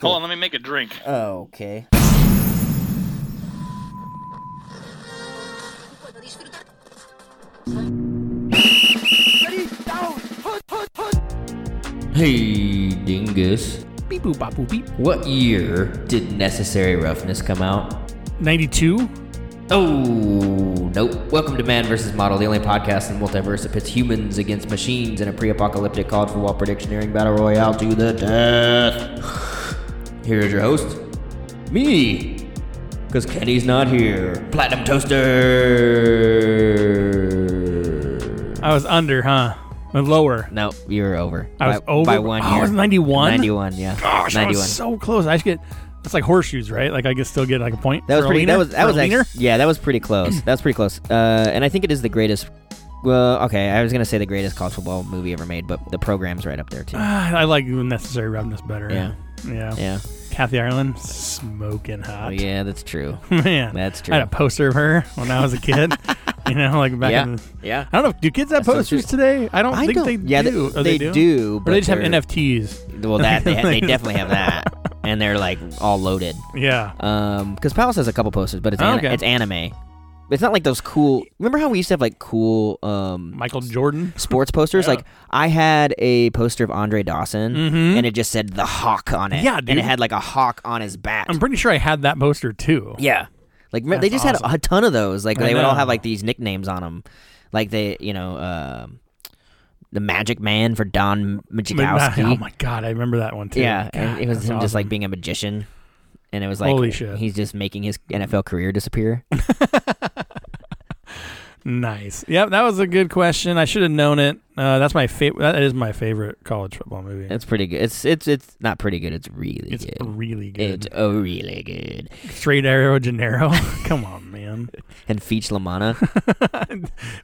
Hold on, let me make a drink. Okay. Hey, dingus. Beep boop bop boop beep. What year did Necessary Roughness come out? 92? Oh, nope. Welcome to Man vs. Model, the only podcast in the multiverse that pits humans against machines in a pre apocalyptic college football predictioneering battle royale to the death. Here is your host, me, because Kenny's not here. Platinum Toaster. I was under, huh? Or lower. No, you were over. I was by, over by one Oh, year. I was 91? 91, yeah. Gosh, I 91. was so close. I should get. That's like horseshoes, right? Like I could still get like a point. That was for a pretty. leaner? That was that For a was leaner? actually, yeah. That was pretty close. That was pretty close. Uh, and I think it is the greatest. Well, okay, I was gonna say the greatest college football movie ever made, but the program's right up there too. Ah, I like the necessary roughness better. Yeah. Yeah. Yeah. Kathy Ireland, smoking hot. Oh, yeah, that's true. Man. That's I had a true. poster of her when I was a kid. you know, like back Yeah. in the. Yeah. I don't know. Do kids That's have so posters true. today? I don't I think don't- they yeah, they- do. Oh, they do, Or but they just have they're- NFTs. Well, that they, they definitely have that, and they're like all loaded. Yeah. Um, because Palace has a couple posters, but it's Oh, an- okay. it's anime. It's not like those cool. Remember how we used to have like cool um Michael Jordan. sports posters? Yeah. Like I had a poster of Andre Dawson, Mhm. and it just said the hawk on it. Yeah, and dude. it had like a hawk on his back. I'm pretty sure I had that poster too. Yeah. Like me- they That's just awesome. had a ton of those. Like I they would all know. have like these nicknames on them. Like they, you know, um the Magic Man for Don Majikowski. Oh my god, I remember that one too. yeah, and God, it was that's him just like awesome. being a magician. And it was like Holy shit. he's just making his NFL career disappear. nice. Yep, that was a good question. I should have known it. Uh, that's my favorite. That is my favorite college football movie. it's pretty good. It's it's it's not pretty good. It's really It's good. really It's good. oh really good. Straight Arrow Gennaro. Come on, man. And Feach Lamana.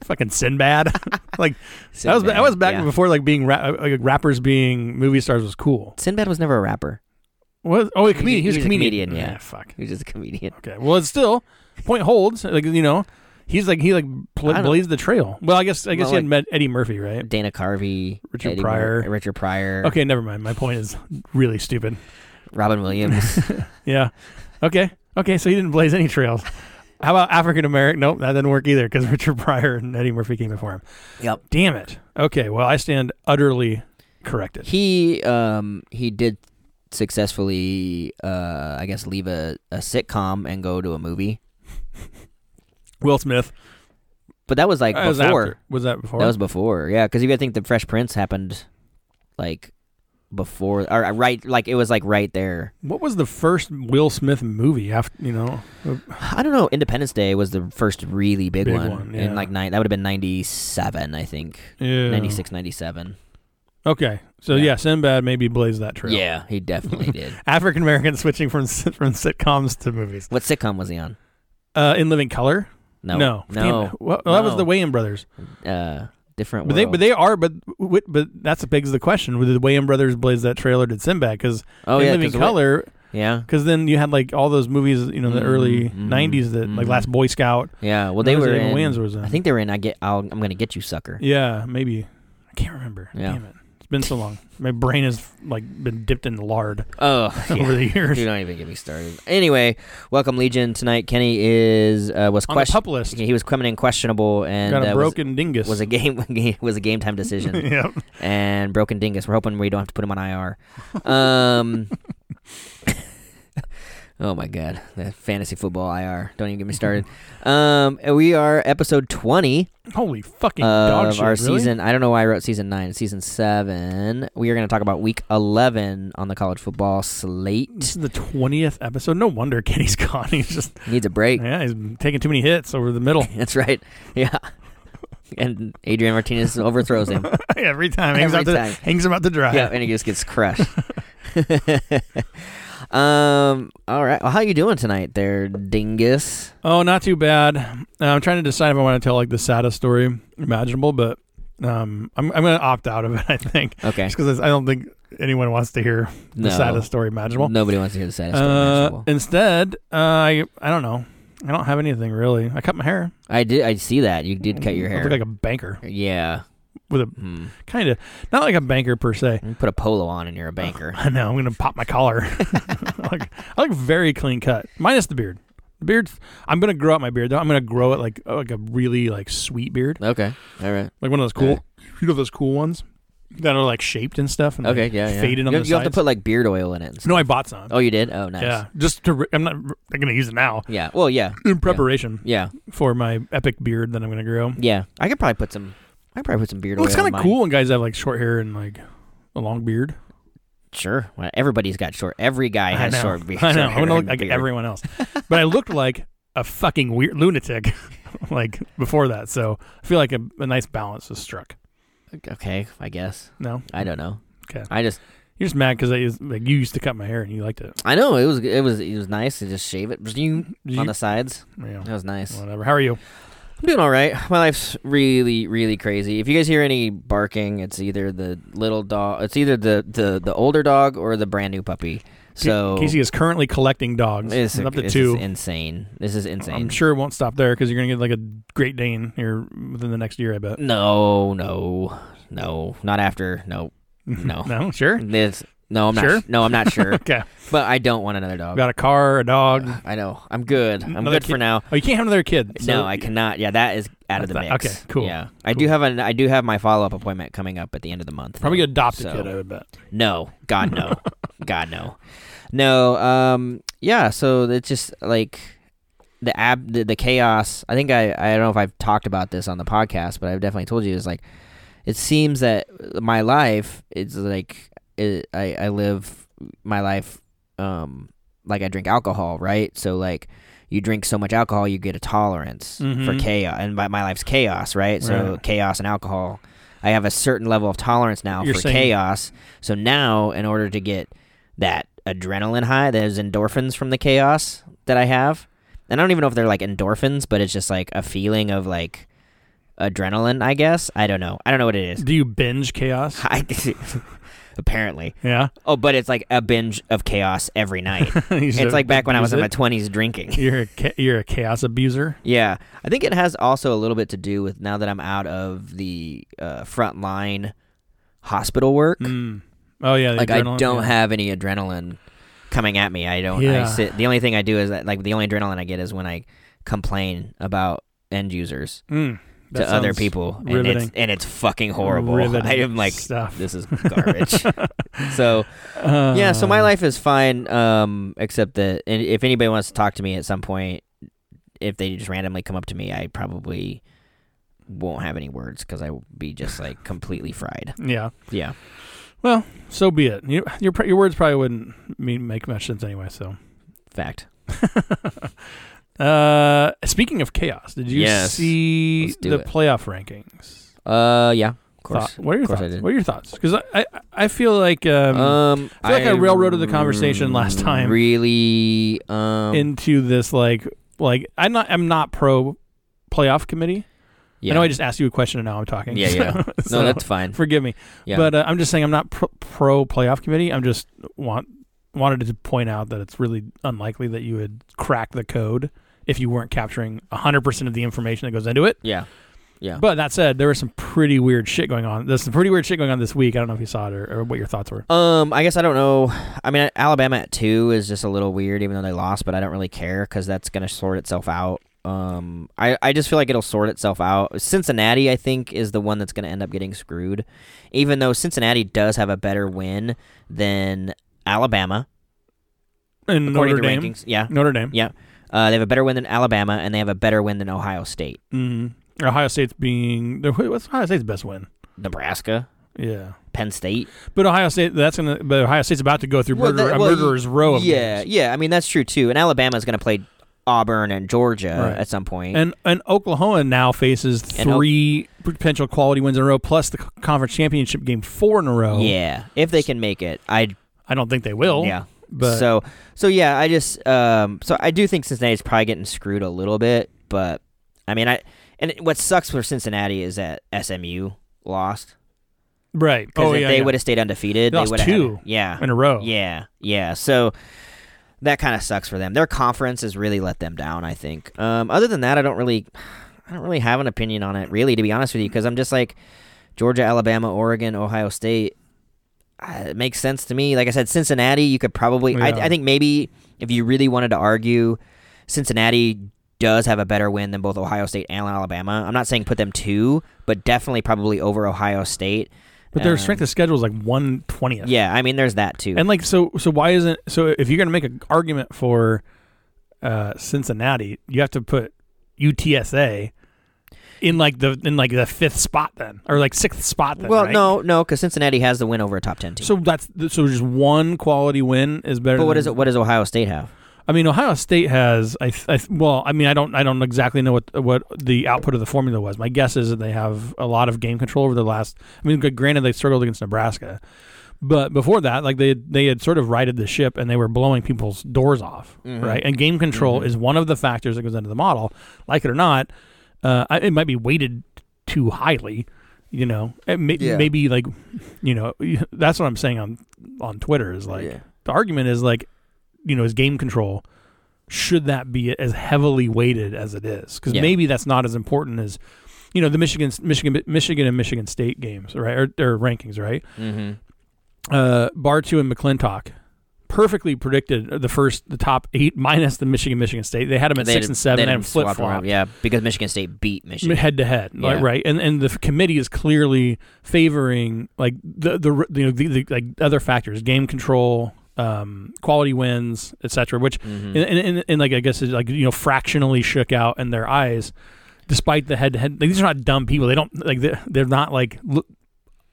Fucking Sinbad. like that was that was back yeah. before like being ra- uh, like rappers being movie stars was cool. Sinbad was never a rapper. What? Oh, a comedian. He was he's a comedian, yeah. Fuck. He was just a comedian. Okay. Well, it's still point holds. Like you know, he's like he like I pl- don't- blazed the trail. Well, I guess I guess Well, he had like- met Eddie Murphy, right? Dana Carvey, Richard Eddie Pryor. Mur- Richard Pryor, Okay, never mind. My point is really stupid. Robin Williams. Yeah. Okay. Okay. So he didn't blaze any trails. How about African American? Nope, that didn't work either because Richard Pryor and Eddie Murphy came before him. yep. Damn it. Okay. Well, I stand utterly corrected. He um he did successfully uh I guess leave a, a sitcom and go to a movie. Will Smith. But that was like That was before. after- was that before? That was before. Yeah, cuz you got to think the Fresh Prince happened like before or uh, right like it was like right there. what was the first Will Smith movie? After you know, I don't know, Independence Day was the first really big, Big one, one, yeah. in like nine that would have been 97 I think. yeah. 96 97. Okay. So yeah. Yeah. Sinbad maybe blazed that trail. Yeah, he definitely did. African American switching from sit- from sitcoms to movies. What sitcom was he on? Uh, In Living Color. No. No. Damn No. it. Well, that was No. the Wayans brothers. Uh different But they, World. but they are, but but, but that's begs the question: Did the Wayans brothers blaze that trail, or did Sinbad? Because oh in yeah, Living 'cause what- Color, Yeah. because then you had like all those movies, you know, the Mm, early mm, '90s that like mm. Last Boy Scout. Yeah, well, they Those were that in. Wayans was in. I think they were in. I get. I'll, I'm gonna get you, sucker. Yeah, maybe I can't remember. Yeah. Damn it, it's been so long. My brain has like been dipped in lard Oh, yeah. over the years. Dude, don't even get me started. Anyway, welcome Legion tonight. Kenny is uh, was On the question. pup list, He was coming in questionable and got a uh, broken dingus. was, was a game was a game time decision yep. and broken dingus. We're hoping we don't have to put him on IR. Um. Oh my god, that fantasy football IR. Don't even get me started. Um, and we are episode 20 Holy fucking dog of shit! our really? season. I don't know why I wrote season nine, season seven. We are going to talk about week 11 on the college football This slate. is the twentieth episode. No wonder Kenny's gone. He's just Needs a break. yeah, he's taking too many hits over the middle. That's right. Yeah. And Adrian Martinez overthrows him. Every time hangs Every out time. to hangs him out to dry. yeah, and he just gets crushed. um. All right. Well, how you doing tonight, there, dingus? Oh, not too bad. Uh, I'm trying to decide if I want to tell like the saddest story imaginable, but um, I'm I'm gonna opt out of it. I think Okay. just because I don't think anyone wants to hear the No. saddest story imaginable. Nobody wants to hear the saddest story Uh, imaginable. instead, uh, I I don't know. I don't have anything really. I cut my hair. I did. I see that you did cut your I hair. look like a banker. yeah. with a Hmm. kind of not like a banker per se. You put a polo on and you're Uh. a banker. I know I'm gonna pop my collar. I look, I look very clean cut, minus the beard. The beard, I'm gonna grow out my beard. though. I'm gonna grow it like oh, like a really like sweet beard, Okay. All right. like one of those cool, you know those cool ones that are like shaped and stuff. And Okay. like, Yeah. yeah. faded on you, the have, you have to sides. put like beard oil in it. and stuff. no, I bought some. Oh, you did? Oh, nice. Yeah, just to. Re- I'm not. re- I'm gonna use it now Yeah. Well, yeah. in preparation Yeah. for my epic beard that I'm gonna grow. Yeah. I could probably put some. I could probably put some beard Well, oil. it's on kind of mine. cool when guys have like short hair and like a long beard. Sure. Well, everybody's got short. Every guy has know. short beard. I know. short I'm gonna look hair and like beard. everyone else, but I looked like a fucking weird lunatic, like before that. So I feel like a, a nice balance was struck. Okay. I guess. No, I don't know. Okay. I just. you're just mad because I used- like you used to cut my hair and you liked it. I know it was. It was. It was nice to just shave it on You- the sides. yeah, That was nice. whatever. How are you? I'm doing all right. My life's really, really crazy. If you guys hear any barking, it's either the little dog, it's either the the, the older dog or the brand new puppy. So Casey is currently collecting dogs. this, up to this two. is insane. This is insane. I'm sure it won't stop there because you're gonna get like a Great Dane here within the next year. I bet. No, no, no, not after. No, No. no, sure. this. No, I'm not. Sure? No, I'm not sure. Okay, but I don't want another dog. Uh, got a car, a dog. I know. I'm good. I'm Another good kid- for now. Oh, you can't have another kid. no, So- I cannot. Yeah, that is out of the That's mix. not- okay, cool, Yeah, I do cool. have an. I do have my follow up appointment coming up at the end of the month. Probably gonna adopt a So- kid. I would bet. No, God no, God no, no. Um, yeah. So it's just like the ab the, the chaos. I think I I don't know if I've talked about this on the podcast, but I've definitely told you is like it seems that my life is like it, I I live my life um like I drink alcohol, right? So like. You drink so much alcohol, you get a tolerance for Mhm. chaos, and my, my life's chaos, right? So Right. chaos and alcohol, I have a certain level of tolerance now You're for saying- chaos, so now, in order to get that adrenaline high, those endorphins from the chaos that I have, and I don't even know if they're like endorphins, but it's just like a feeling of like adrenaline, I guess. I don't know. I don't know what it is. Do you binge chaos? I, apparently. Yeah. Oh, but it's like a binge of chaos every night. it's it's like back when I was in my 20s drinking. You're a cha- you're a chaos abuser. Yeah, I think it has also a little bit to do with now that I'm out of the uh, frontline hospital work. Mm. Oh yeah, the like I adrenaline, don't yeah. have any adrenaline coming at me. I don't. I Yeah. sit. The only thing I do is that, like the only adrenaline I get is when I complain about end users Mm. That to other sounds people, and it's riveting. and it's fucking horrible. Riveting I am like, stuff. this is garbage. so yeah, so my Uh, life is fine, um, except that and if anybody wants to talk to me at some point, if they just randomly come up to me, I probably won't have any words because I will be just like completely fried. Yeah. Yeah. So be it. You, your pr- your words probably wouldn't mean make much sense anyway. So. Fact. Uh, speaking of chaos, did you Yes. see Let's do the it. playoff rankings? Uh, yeah. Of course. Thought- what are your Of course I thoughts? did. What are your thoughts? Because I, I I feel like um, Um, I feel like I railroaded the conversation last time. Really, um, into this like like I'm not I'm not pro playoff committee. yeah. I know I just asked you a question and now I'm talking. Yeah, yeah. So- no, so that's fine. forgive me. Yeah. But uh, I'm just saying I'm not pro, pro playoff committee. I'm just want wanted to point out that it's really unlikely that you would crack the code if you weren't capturing 100% of the information that goes into it. yeah, yeah. But that said, there was some pretty weird shit going on. There's some pretty weird shit going on this week. I don't know if you saw it or, or what your thoughts were. um, I guess I don't know. I mean, Alabama at two is just a little weird, even though they lost. But I don't really care because that's gonna sort itself out. Um, I I just feel like it'll sort itself out. Cincinnati, I think, is the one that's gonna end up getting screwed, even though Cincinnati does have a better win than Alabama In according Notre to Dame, rankings. Yeah. Notre Dame. Uh, they have a better win than Alabama, and they have a better win than Ohio State. Mm. Ohio State's being what's Ohio State's best win? Nebraska, Yeah. Penn State. But Ohio State, that's gonna. But Ohio State's about to go through Well, murder, that- a well, y- murderer's row of yeah, games. yeah. I mean, that's true too. And Alabama's going to play Auburn and Georgia Right. at some point. and and Oklahoma now faces And O- three potential quality wins in a row, plus the c- conference championship game four in a row. yeah, if they can make it, I I don't think they will. yeah. but so so yeah, I just um so I do think Cincinnati's probably getting screwed a little bit, but I mean I and it- what sucks for Cincinnati is that SMU lost right. because Oh if yeah, they yeah. would have stayed undefeated, They they, lost would have two. yeah in a row. Yeah, yeah. So that kind of sucks for them. Their conference has really let them down. I think. Um, other than that, I don't really, I don't really have an opinion on it. Really, to be honest with you, because I'm just like Georgia, Alabama, Oregon, Ohio State. Uh, it makes sense to me. Like I said, Cincinnati, you could probably. I, Yeah. I think maybe if you really wanted to argue, Cincinnati does have a better win than both Ohio State and Alabama. I'm not saying put them two, but definitely probably over Ohio State. But their Um, strength of schedule is like one twentieth. Yeah, I mean, there's that too. And like so so why isn't so if you're going to make an argument for uh Cincinnati, you have to put UTSA in like the in like the fifth spot then or like sixth spot then. well, right? no, no, because Cincinnati has the win over a top ten team. So that's so just one quality win is better. but what than- is it? What does Ohio State have? I mean, Ohio State has I, th- I th- well, I mean, I don't I don't exactly know what what the output of the formula was. My guess is that they have a lot of game control over the last. I mean, gr- granted they struggled against Nebraska, but before that, like they they had sort of righted the ship and they were blowing people's doors off, Mhm. right? And game control Mhm. is one of the factors that goes into the model, like it or not. Uh, I, it might be weighted too highly, you know. It may, Yeah. Maybe like, you know, that's what I'm saying on on Twitter is like the argument is like, you know, is game control should that be as heavily weighted as it is? Because Yeah. maybe that's not as important as, you know, the Michigan, Michigan, Michigan and Michigan State games, right? Or, or rankings, right? Mm-hmm. Uh, Bartu and McClintock perfectly predicted the first, the top eight minus the Michigan, Michigan State. They had them at six and seven and flip flop Yeah, because Michigan State beat Michigan. head to head, Yeah. like right? And and the f- committee is clearly favoring like the the r- you know the, the like other factors, game control, um, quality wins, etc. Which Mhm. and, and, and, and like I guess it's like you know fractionally shook out in their eyes, despite the head to head. These are not dumb people. They don't like they're, they're not like l-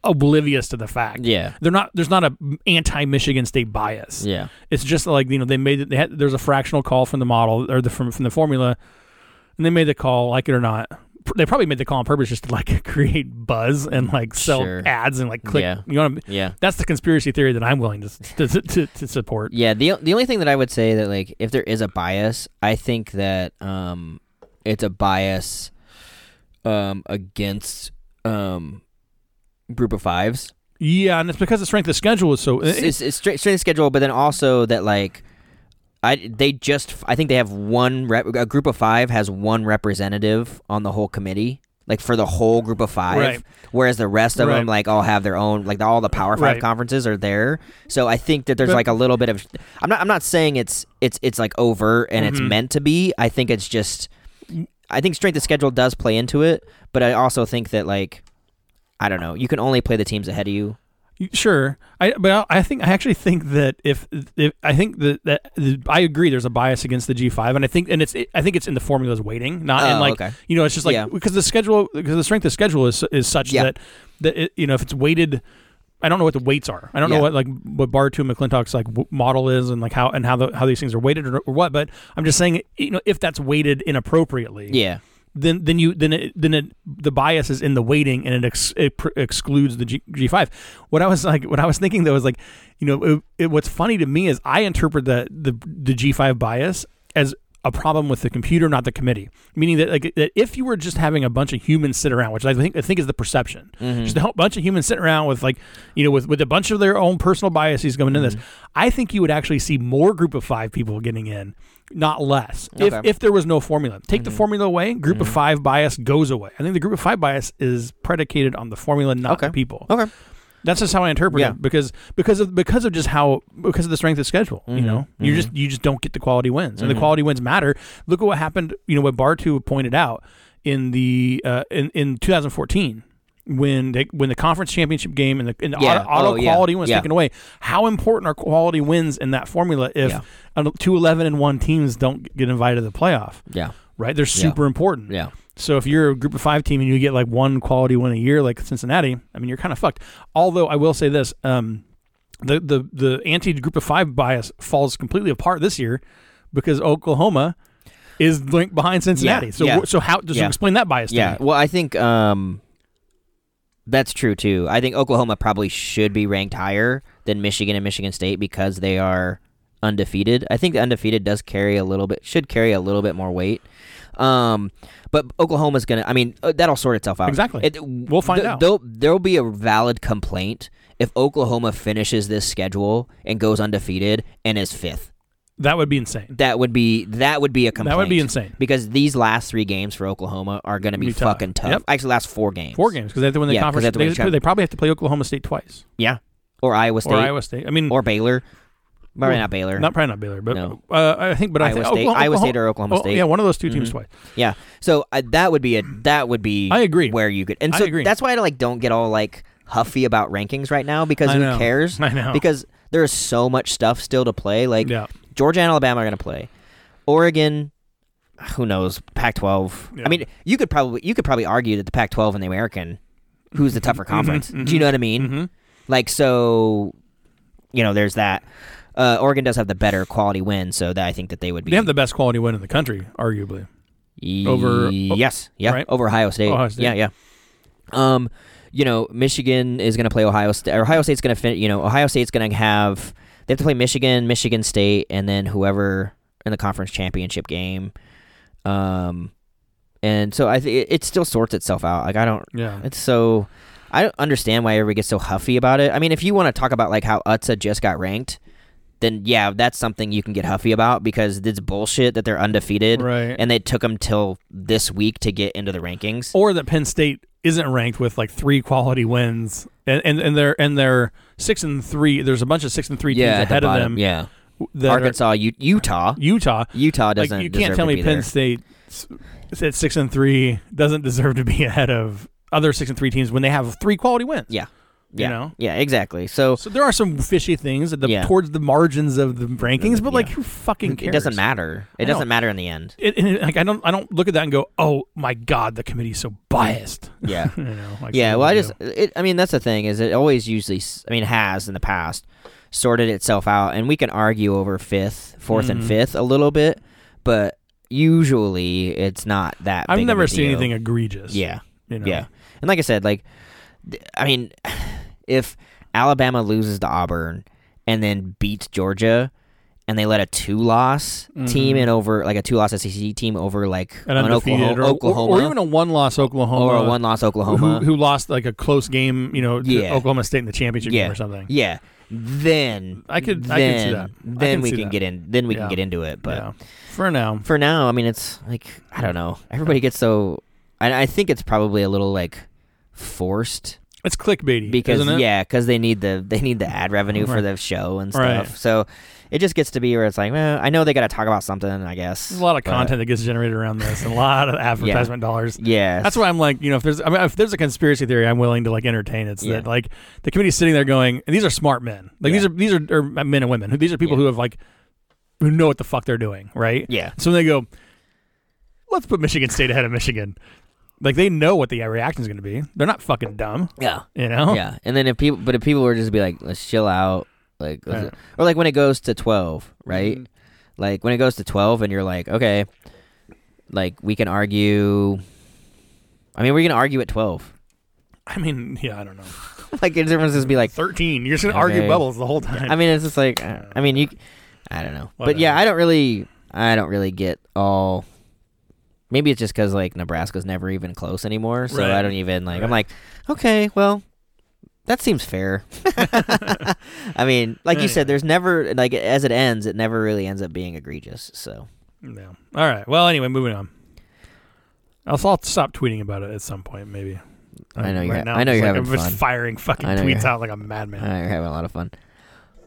oblivious to the fact. Yeah, They're not. There's not a anti Michigan State bias yeah, it's just like you know they made it. They had, there's a fractional call from the model or the from from the formula, and they made the call like it or not. Pr- They probably made the call on purpose just to like create buzz and like sell Sure. ads and like click. Yeah. You know, what I'm, yeah, that's the conspiracy theory that I'm willing to s- to, to, to, to support. yeah. The the only thing that I would say that like if there is a bias, I think that um, it's a bias um against um group of fives. Yeah, and it's because the strength of schedule is so. It's, it's, it's straight, straight schedule, but then also that like. I, they just I think they have one rep, a group of five has one representative on the whole committee like for the whole group of five Right. whereas the rest of Right. them like all have their own like all the power five Right. conferences are there so I think that there's But- like a little bit of I'm not I'm not saying it's it's it's like overt and it's Mhm. meant to be I think it's just I think strength of schedule does play into it but I also think that like I don't know you can only play the teams ahead of you Sure, I but I I think I actually think that if, if I think that, that I agree, there's a bias against the G5, and I think and it's I think it's in the formula's weighting, not in Oh, like okay. you know it's just like Yeah. because the schedule because the strength of schedule is is such Yeah. that that it, you know if it's weighted. I don't know what the weights are. I don't Yeah. know what like what bar two McClintock's like w- model is and like how and how the, how these things are weighted or, or what. But I'm just saying, you know, if that's weighted inappropriately, yeah then then you then it, then it, the bias is in the weighting and it, ex, it pr- excludes the G, G5. What I was like what I was thinking though is like you know it, it, what's funny to me is I interpret the the the G5 bias as a problem with the computer not the committee meaning that like that if you were just having a bunch of humans sit around which I think I think is the perception Mm-hmm. just a whole bunch of humans sitting around with like you know with with a bunch of their own personal biases going into this Mm-hmm. I think you would actually see more group of 5 people getting in not less if Okay. Mm-hmm. if there was no formula. Take the formula away, group of five bias goes away. I think the group of five bias is predicated on the formula, not Okay. the people. okay That's just how I interpret Yeah. it because because of because of just how because of the strength of schedule. You Mm-hmm. know, you just you just don't get the quality wins, and the quality wins matter. Look at what happened. You know what Bartu pointed out in the uh, in in 2014. When they, when the conference championship game and the, and the Yeah. auto, Oh, auto yeah. quality wins Yeah. taken away, how important are quality wins in that formula if Yeah. uh, two eleven and one teams don't get invited to the playoff? yeah right? They're super important. yeah So if you're a group of five team and you get like one quality win a year, like Cincinnati, I mean, you're kind of fucked. Although I will say this, um, the the the anti group of five bias falls completely apart this year because Oklahoma is linked behind Cincinnati. Yeah, so yeah. wh- so how does Yeah. you explain that bias? Yeah. to me? Well, I think um, that's true too. I think Oklahoma probably should be ranked higher than Michigan and Michigan State because they are undefeated. I think the undefeated does carry a little bit, should carry a little bit more weight. Um, but Oklahoma's gonna. I mean, uh, that'll sort itself out. Exactly. It, We'll find out. There'll, there'll be a valid complaint if Oklahoma finishes this schedule and goes undefeated and is fifth. That would be insane. That would be that would be a complaint. That would be insane. because these last three games for Oklahoma are going to be, Be tough. fucking tough. Yep. Actually, last four games. Four games because they have to win the Yeah, 'cause conference. they have to win They, the challenge. they probably have to play Oklahoma State twice Yeah, or Iowa State, or Iowa State. I mean, or Baylor. Probably Well, not Baylor. not probably not Baylor, but No. uh, I think. But I Iowa think State- Oklahoma, Iowa State or Oklahoma oh, State. Mm-hmm. Yeah, one of those two teams twice. Yeah. So uh, that would be a that would be. I agree. Where you could and I so agree. that's why I like don't get all like huffy about rankings right now because I who know. cares? I know. Because there is so much stuff still to play. Like Yeah. Georgia and Alabama are going to play. Oregon, who knows? Pac-12. Yeah. I mean, you could probably you could probably argue that the Pac-12 and the American, who's Mm-hmm. the tougher conference? Do you know what I mean? Mhm. Like so, you know, there's that. Uh, Oregon does have the better quality win, so that I think that they would be They have the best quality win in the country, arguably. over Over- yes, yeah, right? over Ohio State. Ohio State. Yeah, yeah. Um, you know, Michigan is going to play Ohio State. Ohio State's going to fin- you know, Ohio State's going to have they have to play Michigan, Michigan State and then whoever in the conference championship game. Um and so I th- it, it still sorts itself out. Like I don't Yeah. it's so I don't understand why everybody gets so huffy about it. I mean, if you want to talk about like how Utsa just got ranked, then yeah, that's something you can get huffy about because it's bullshit that they're undefeated Right. and they took them till this week to get into the rankings. or that Penn State isn't ranked with like three quality wins, and and, and they're and they're six and three. There's a bunch of six and three teams ahead of them. Yeah, that are- Arkansas, U- Utah, Utah. Utah Like doesn't. you deserve can't tell to me be Penn there. State s- at six and three doesn't deserve to be ahead of other six and three teams when they have three quality wins. Yeah, you yeah, know? yeah, exactly. So, So there are some fishy things at the Yeah. towards the margins of the rankings, but like Yeah. who fucking cares? it doesn't matter. It I know. doesn't matter in the end. It, and it- like I don't, I don't look at that and go, "Oh my God, the committee's so biased." Yeah. you know, like, Yeah, what well, I do you just, do? it, I mean, that's the thing is it always usually, s- I mean, has in the past sorted itself out, and we can argue over fifth, 4th and Mhm. fifth a little bit, but usually it's not that. I've big of never a seen deal. anything egregious. Yeah, you know? yeah, and like I said, like, th- I mean, if Alabama loses to Auburn and then beats Georgia. And they let a two-loss team Mhm. in over like a two-loss SEC team over like an an undefeated Oklahoma, or, Oklahoma Or, or even a one-loss Oklahoma, or a one-loss Oklahoma Who, who lost like a close game, you know, to Yeah. Oklahoma State in the championship Yeah. game or something. Yeah. Then I could- then, I could see that. I Then can we see can that. get in. Then we can Yeah. get into it. But yeah. for now, for now, I mean, it's like I don't know. Everybody gets so, and I think it's probably a little like forced it's clickbaity because isn't it? yeah, because they need the they need the ad revenue for Right. the show and Right. stuff. So it just gets to be where it's like, well, I know they got to talk about something. I guess There's a lot of but- content that gets generated around this, and a lot of advertisement dollars. Yeah. That's why I'm like, you know, if there's, I mean, if there's a conspiracy theory, I'm willing to like entertain. It's Yeah. that like the committee's sitting there going, and these are smart men. Like Yeah. these are these are or men and women. who These are people Yeah. who have like who know what the fuck they're doing, right? Yeah. So they go, let's put Michigan State ahead of Michigan. Like they know what the reaction is going to be. They're not fucking dumb, Yeah. you know. Yeah. And then if people, but if people were just be like, let's chill out, like, let's- Right. or like when it goes to 12, right? Mhm. Like when it goes to 12 and you're like, okay, like we can argue. I mean, we're going to argue at 12. I mean, yeah, I don't know. like, it's everyone's just be like, Thirteen. You're just gonna argue Okay. bubbles the whole time. I mean, it's just like, I I mean, you, I don't know. But yeah, Whatever. I don't really, I don't really get all. Maybe it's just because like Nebraska's never even close anymore, so Right. I don't even like. I'm Right. like, okay, well, that seems fair. I mean, like you Anyway. said, there's never like as it ends, it never really ends up being egregious. So Yeah. All right. Well, anyway, moving on. I'll, I'll stop tweeting about it at some point, maybe. I know you're ha- Right now, I know you're I'm just like- having I'm fun. just firing fucking I know tweets you're- uh, out like a all madman. right, we're having a lot of fun.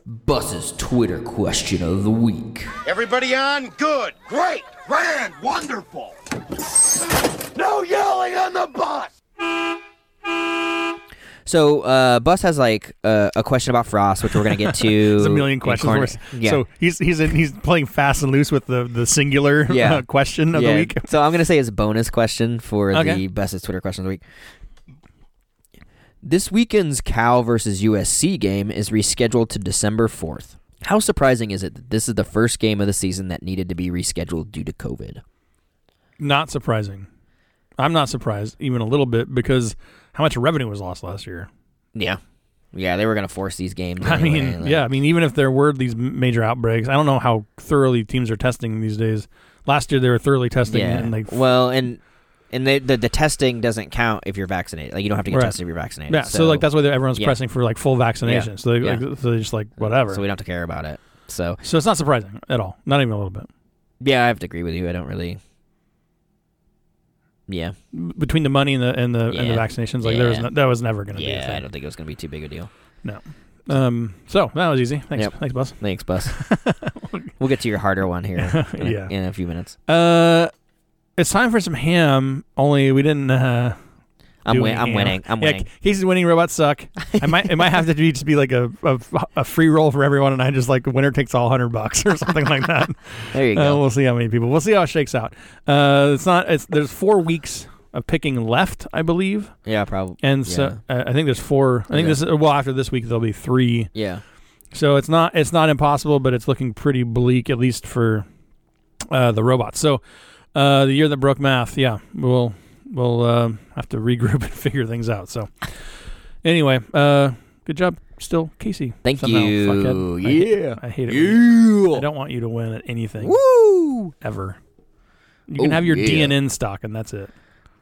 Bus's Twitter question of the week. Everybody on? Good. Great. Grand. Wonderful. No yelling on the bus. So uh, Bus has like uh, a question about Frost, which we're gonna get to. There's a million in questions. corner- worth- So he's he's in, he's playing fast and loose with the the singular Yeah. uh, question of Yeah. the week. So I'm gonna say his bonus question for the Okay. bestest Twitter question of the week. This weekend's Cal versus USC game is rescheduled to December 4th. How surprising is it that this is the first game of the season that needed to be rescheduled due to COVID? Not surprising. I'm not surprised even a little bit because how much revenue was lost last year. Yeah, yeah, they were gonna force these games. I anyway, mean, like- yeah, I mean, even if there were these m- major outbreaks, I don't know how thoroughly teams are testing these days. Last year they were thoroughly testing yeah. and like well, and and they, the the testing doesn't count if you're vaccinated. Like you don't have to get Right. tested if you're vaccinated. Yeah, so, like that's why they're- everyone's yeah. pressing for like full vaccination. Yeah, So they yeah. like, so they're just like whatever. so we don't have to care about it. So So it's not surprising at all. Not even a little bit. yeah, I have to agree with you. I don't really. Yeah, Between the money and the and the and Yeah. the vaccinations, like there was Yeah. no, that was never going to be a yeah, I thing. don't think it was gonna be too big a deal. No. Um, so that was easy. Thanks, Yep. thanks, boss. Thanks, Bus. we'll get to your harder one here in, a- Yeah. in a few minutes. Uh, it's time for some ham. Only we didn't. Uh, I'm, do win- any I'm ham. winning. I'm Yeah, winning. Casey's winning. Robots suck. I might. It might have to be just be like a, a a free roll for everyone, and I just like winner takes all hundred bucks or something like that. There you Uh, go. we'll see how many people. We'll see how it shakes out. Uh, it's not. It's there's four weeks of picking left, I believe, yeah, probably. and so uh, I think there's four. I think Okay. this. Well, after this week there'll be three. yeah, So it's not it's not impossible, but it's looking pretty bleak at least for uh, the robots. So uh, the year that broke math, yeah, we'll we'll uh, have to regroup and figure things out. So anyway, uh, good job, still Casey. Thank somehow, you. fuckhead. I- Yeah. I, hate it. when you- yeah. I don't want you to win at anything Woo! ever. You can Oh, have your yeah. D and N stock, and that's it.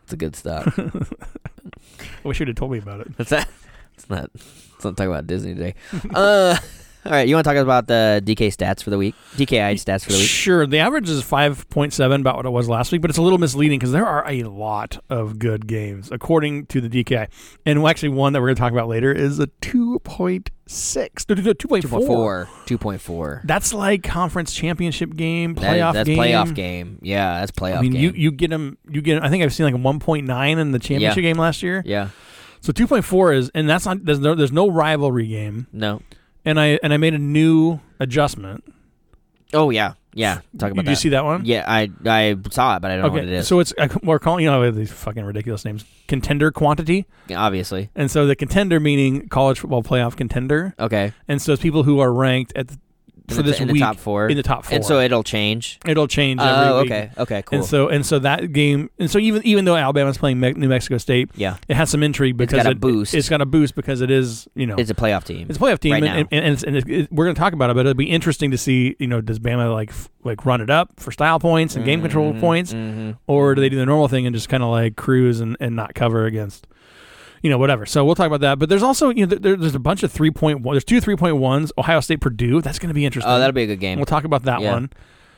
It's a good stop. I wish you'd have told me about it. That's not. It's not. Let's not talk about Disney today. Uh, all right. You want to talk about the DK stats for the week? DKI stats for the week. Sure, the average is 5.7, about what it was last week, but it's a little misleading because there are a lot of good games according to the DKI. And actually, one that we're going to talk about later is a 2.6, no, no, no, 2.4. Four. Two point four. That's like conference championship game, That is- playoff that's game. playoff game. Yeah, that's playoff I mean, game. you, you get them. You get. I think I've seen like a 1.9 in the championship Yeah. game last year. yeah. So 2.4 is, and that's not. There's no. There's no rivalry game. No. And I and I made a new adjustment. Oh yeah. Yeah. Talk about Did that. you see that one? Yeah, I I saw it, but I don't know what it is. so it's uh, we're calling you know we have these fucking ridiculous names contender quantity, Obviously. and so the contender meaning college football playoff contender, Okay. and so it's people who are ranked at the, In the- for this in the week top four. in the top four, And so it'll change. it'll change. every Oh, week. okay. Okay. Cool. And so and so that game, and so even even though Alabama's playing Me- New Mexico State, yeah, it has some intrigue because got a it, boost. It's got a boost because it Oh. is you know it's a playoff team. It's a playoff team, Right and, now. and, and, it's, and it, it- we're going to talk about it. But it'll be interesting to see, you know, does Bama like f- like run it up for style points and game control Mm-hmm. points, or do they do the normal thing and just kind of like cruise and, and not cover against, you know, whatever. So we'll talk about that. But there's also you know there, there's a bunch of three point one. There's two three point ones. Ohio State Purdue. That's going to be interesting. oh, that'll be a good game. We'll talk about that Yeah. one.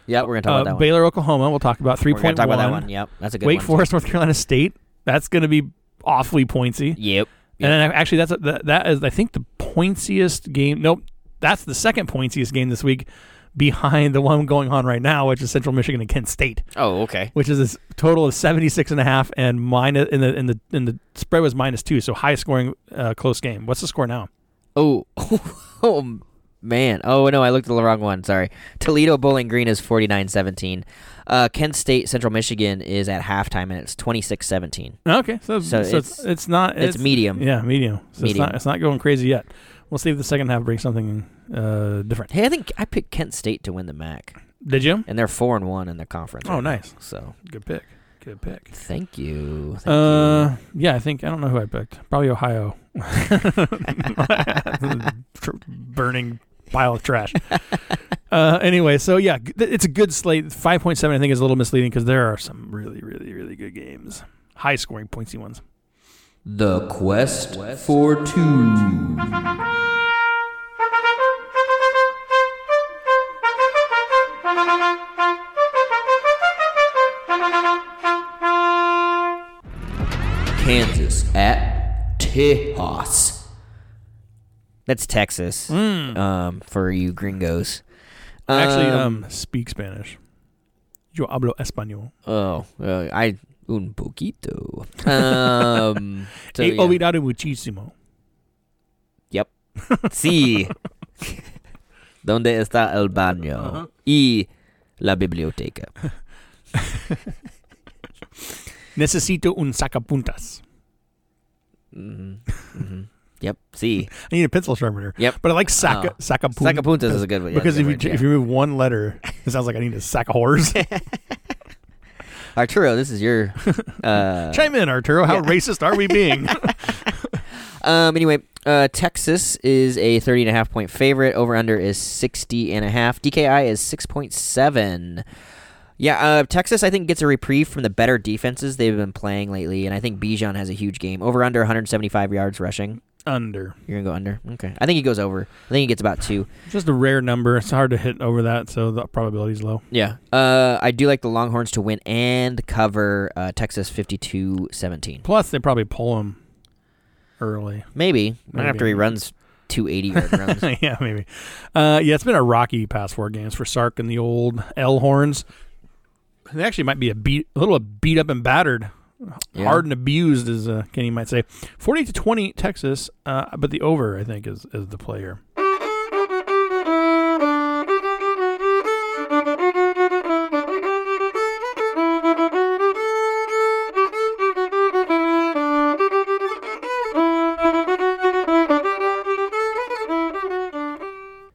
yeah, we're gonna talk Uh, about that one. Baylor Oklahoma. We'll talk about three We're gonna point talk one. about that one. Yep, that's a good Wake one. Forest, North Carolina State. That's going to be awfully pointsy. Yep. And then I- actually, that's a, that, that is I think the pointsiest game. Nope, that's the second pointsiest game this week, behind the one going on right now, which is Central Michigan and Kent State, Oh, okay. which is a s- total of seventy six and a half and minus in the in the in the spread was minus two, so high scoring, uh, close game. What's the score now? Oh, oh man. Oh no, I looked at the wrong one. Sorry. Toledo Bowling Green is 49-17. Uh, Kent State Central Michigan is at halftime and it's 26-17. Okay, so, So so, it's, it's- it's not it's medium. Yeah, medium. So it's Medium. not it's not going crazy yet. We'll see if the second half brings something uh, different. Hey, I think I picked Kent State to win the MAC, Did you? and they're four and one in their conference. Oh, right now. nice. So Good pick. Good pick. thank you. Thank Uh, yeah, I think I don't know who I picked. Probably Ohio. Tr- Burning pile of trash. Uh, anyway, so yeah, g- th- it's a good slate. Five point seven, I think, is a little misleading because there are some really, really, really good games, high scoring, pointsy ones. The quest for two. Kansas at Tejas. you. That's Texas. Hmm. Um, for you gringos. Mm. Actually, um, speak Spanish. Yo hablo español. Oh, uh, I un poquito. Um, so, He yeah. olvidado muchísimo. Yep. Sí. ¿Dónde está el baño? Y la biblioteca. Necesito un sacapuntas. Mm-hmm. Yep. Sí. I need a pencil sharpener. Yep. But I like saca, Oh. sacapuntas. Sacapuntas is a good one. Yeah, because that's if a you good word, if yeah. you move one letter, it sounds like I need a sack of horse. Arturo, this is your. Uh, Chime in, Arturo. How racist are we being? um. Anyway, uh, Texas is a 30 and a half point favorite. Over under is 60 and a half. DKI is 6.7. Yeah, uh, Texas, I think, gets a reprieve from the better defenses they've been playing lately, and I think Bijan has a huge game. Over under 175 yards rushing. Under. You're gonna go under. Okay. I think he goes over. I think he gets about two. Just a rare number. It's hard to hit over that, so the probability's low. Yeah. Uh, I do like the Longhorns to win and cover uh, Texas 52-17. Plus, they probably pull him early. Maybe. Not Maybe. after he runs 280 yard runs. yeah, maybe. Uh, yeah, it's been a rocky past four games for Sark and the old L horns. They actually might be a beat, a little beat up and battered, Yeah. hard and abused, as uh, Kenny might say. Forty to twenty, Texas. Uh, but the over, I think, is is the player.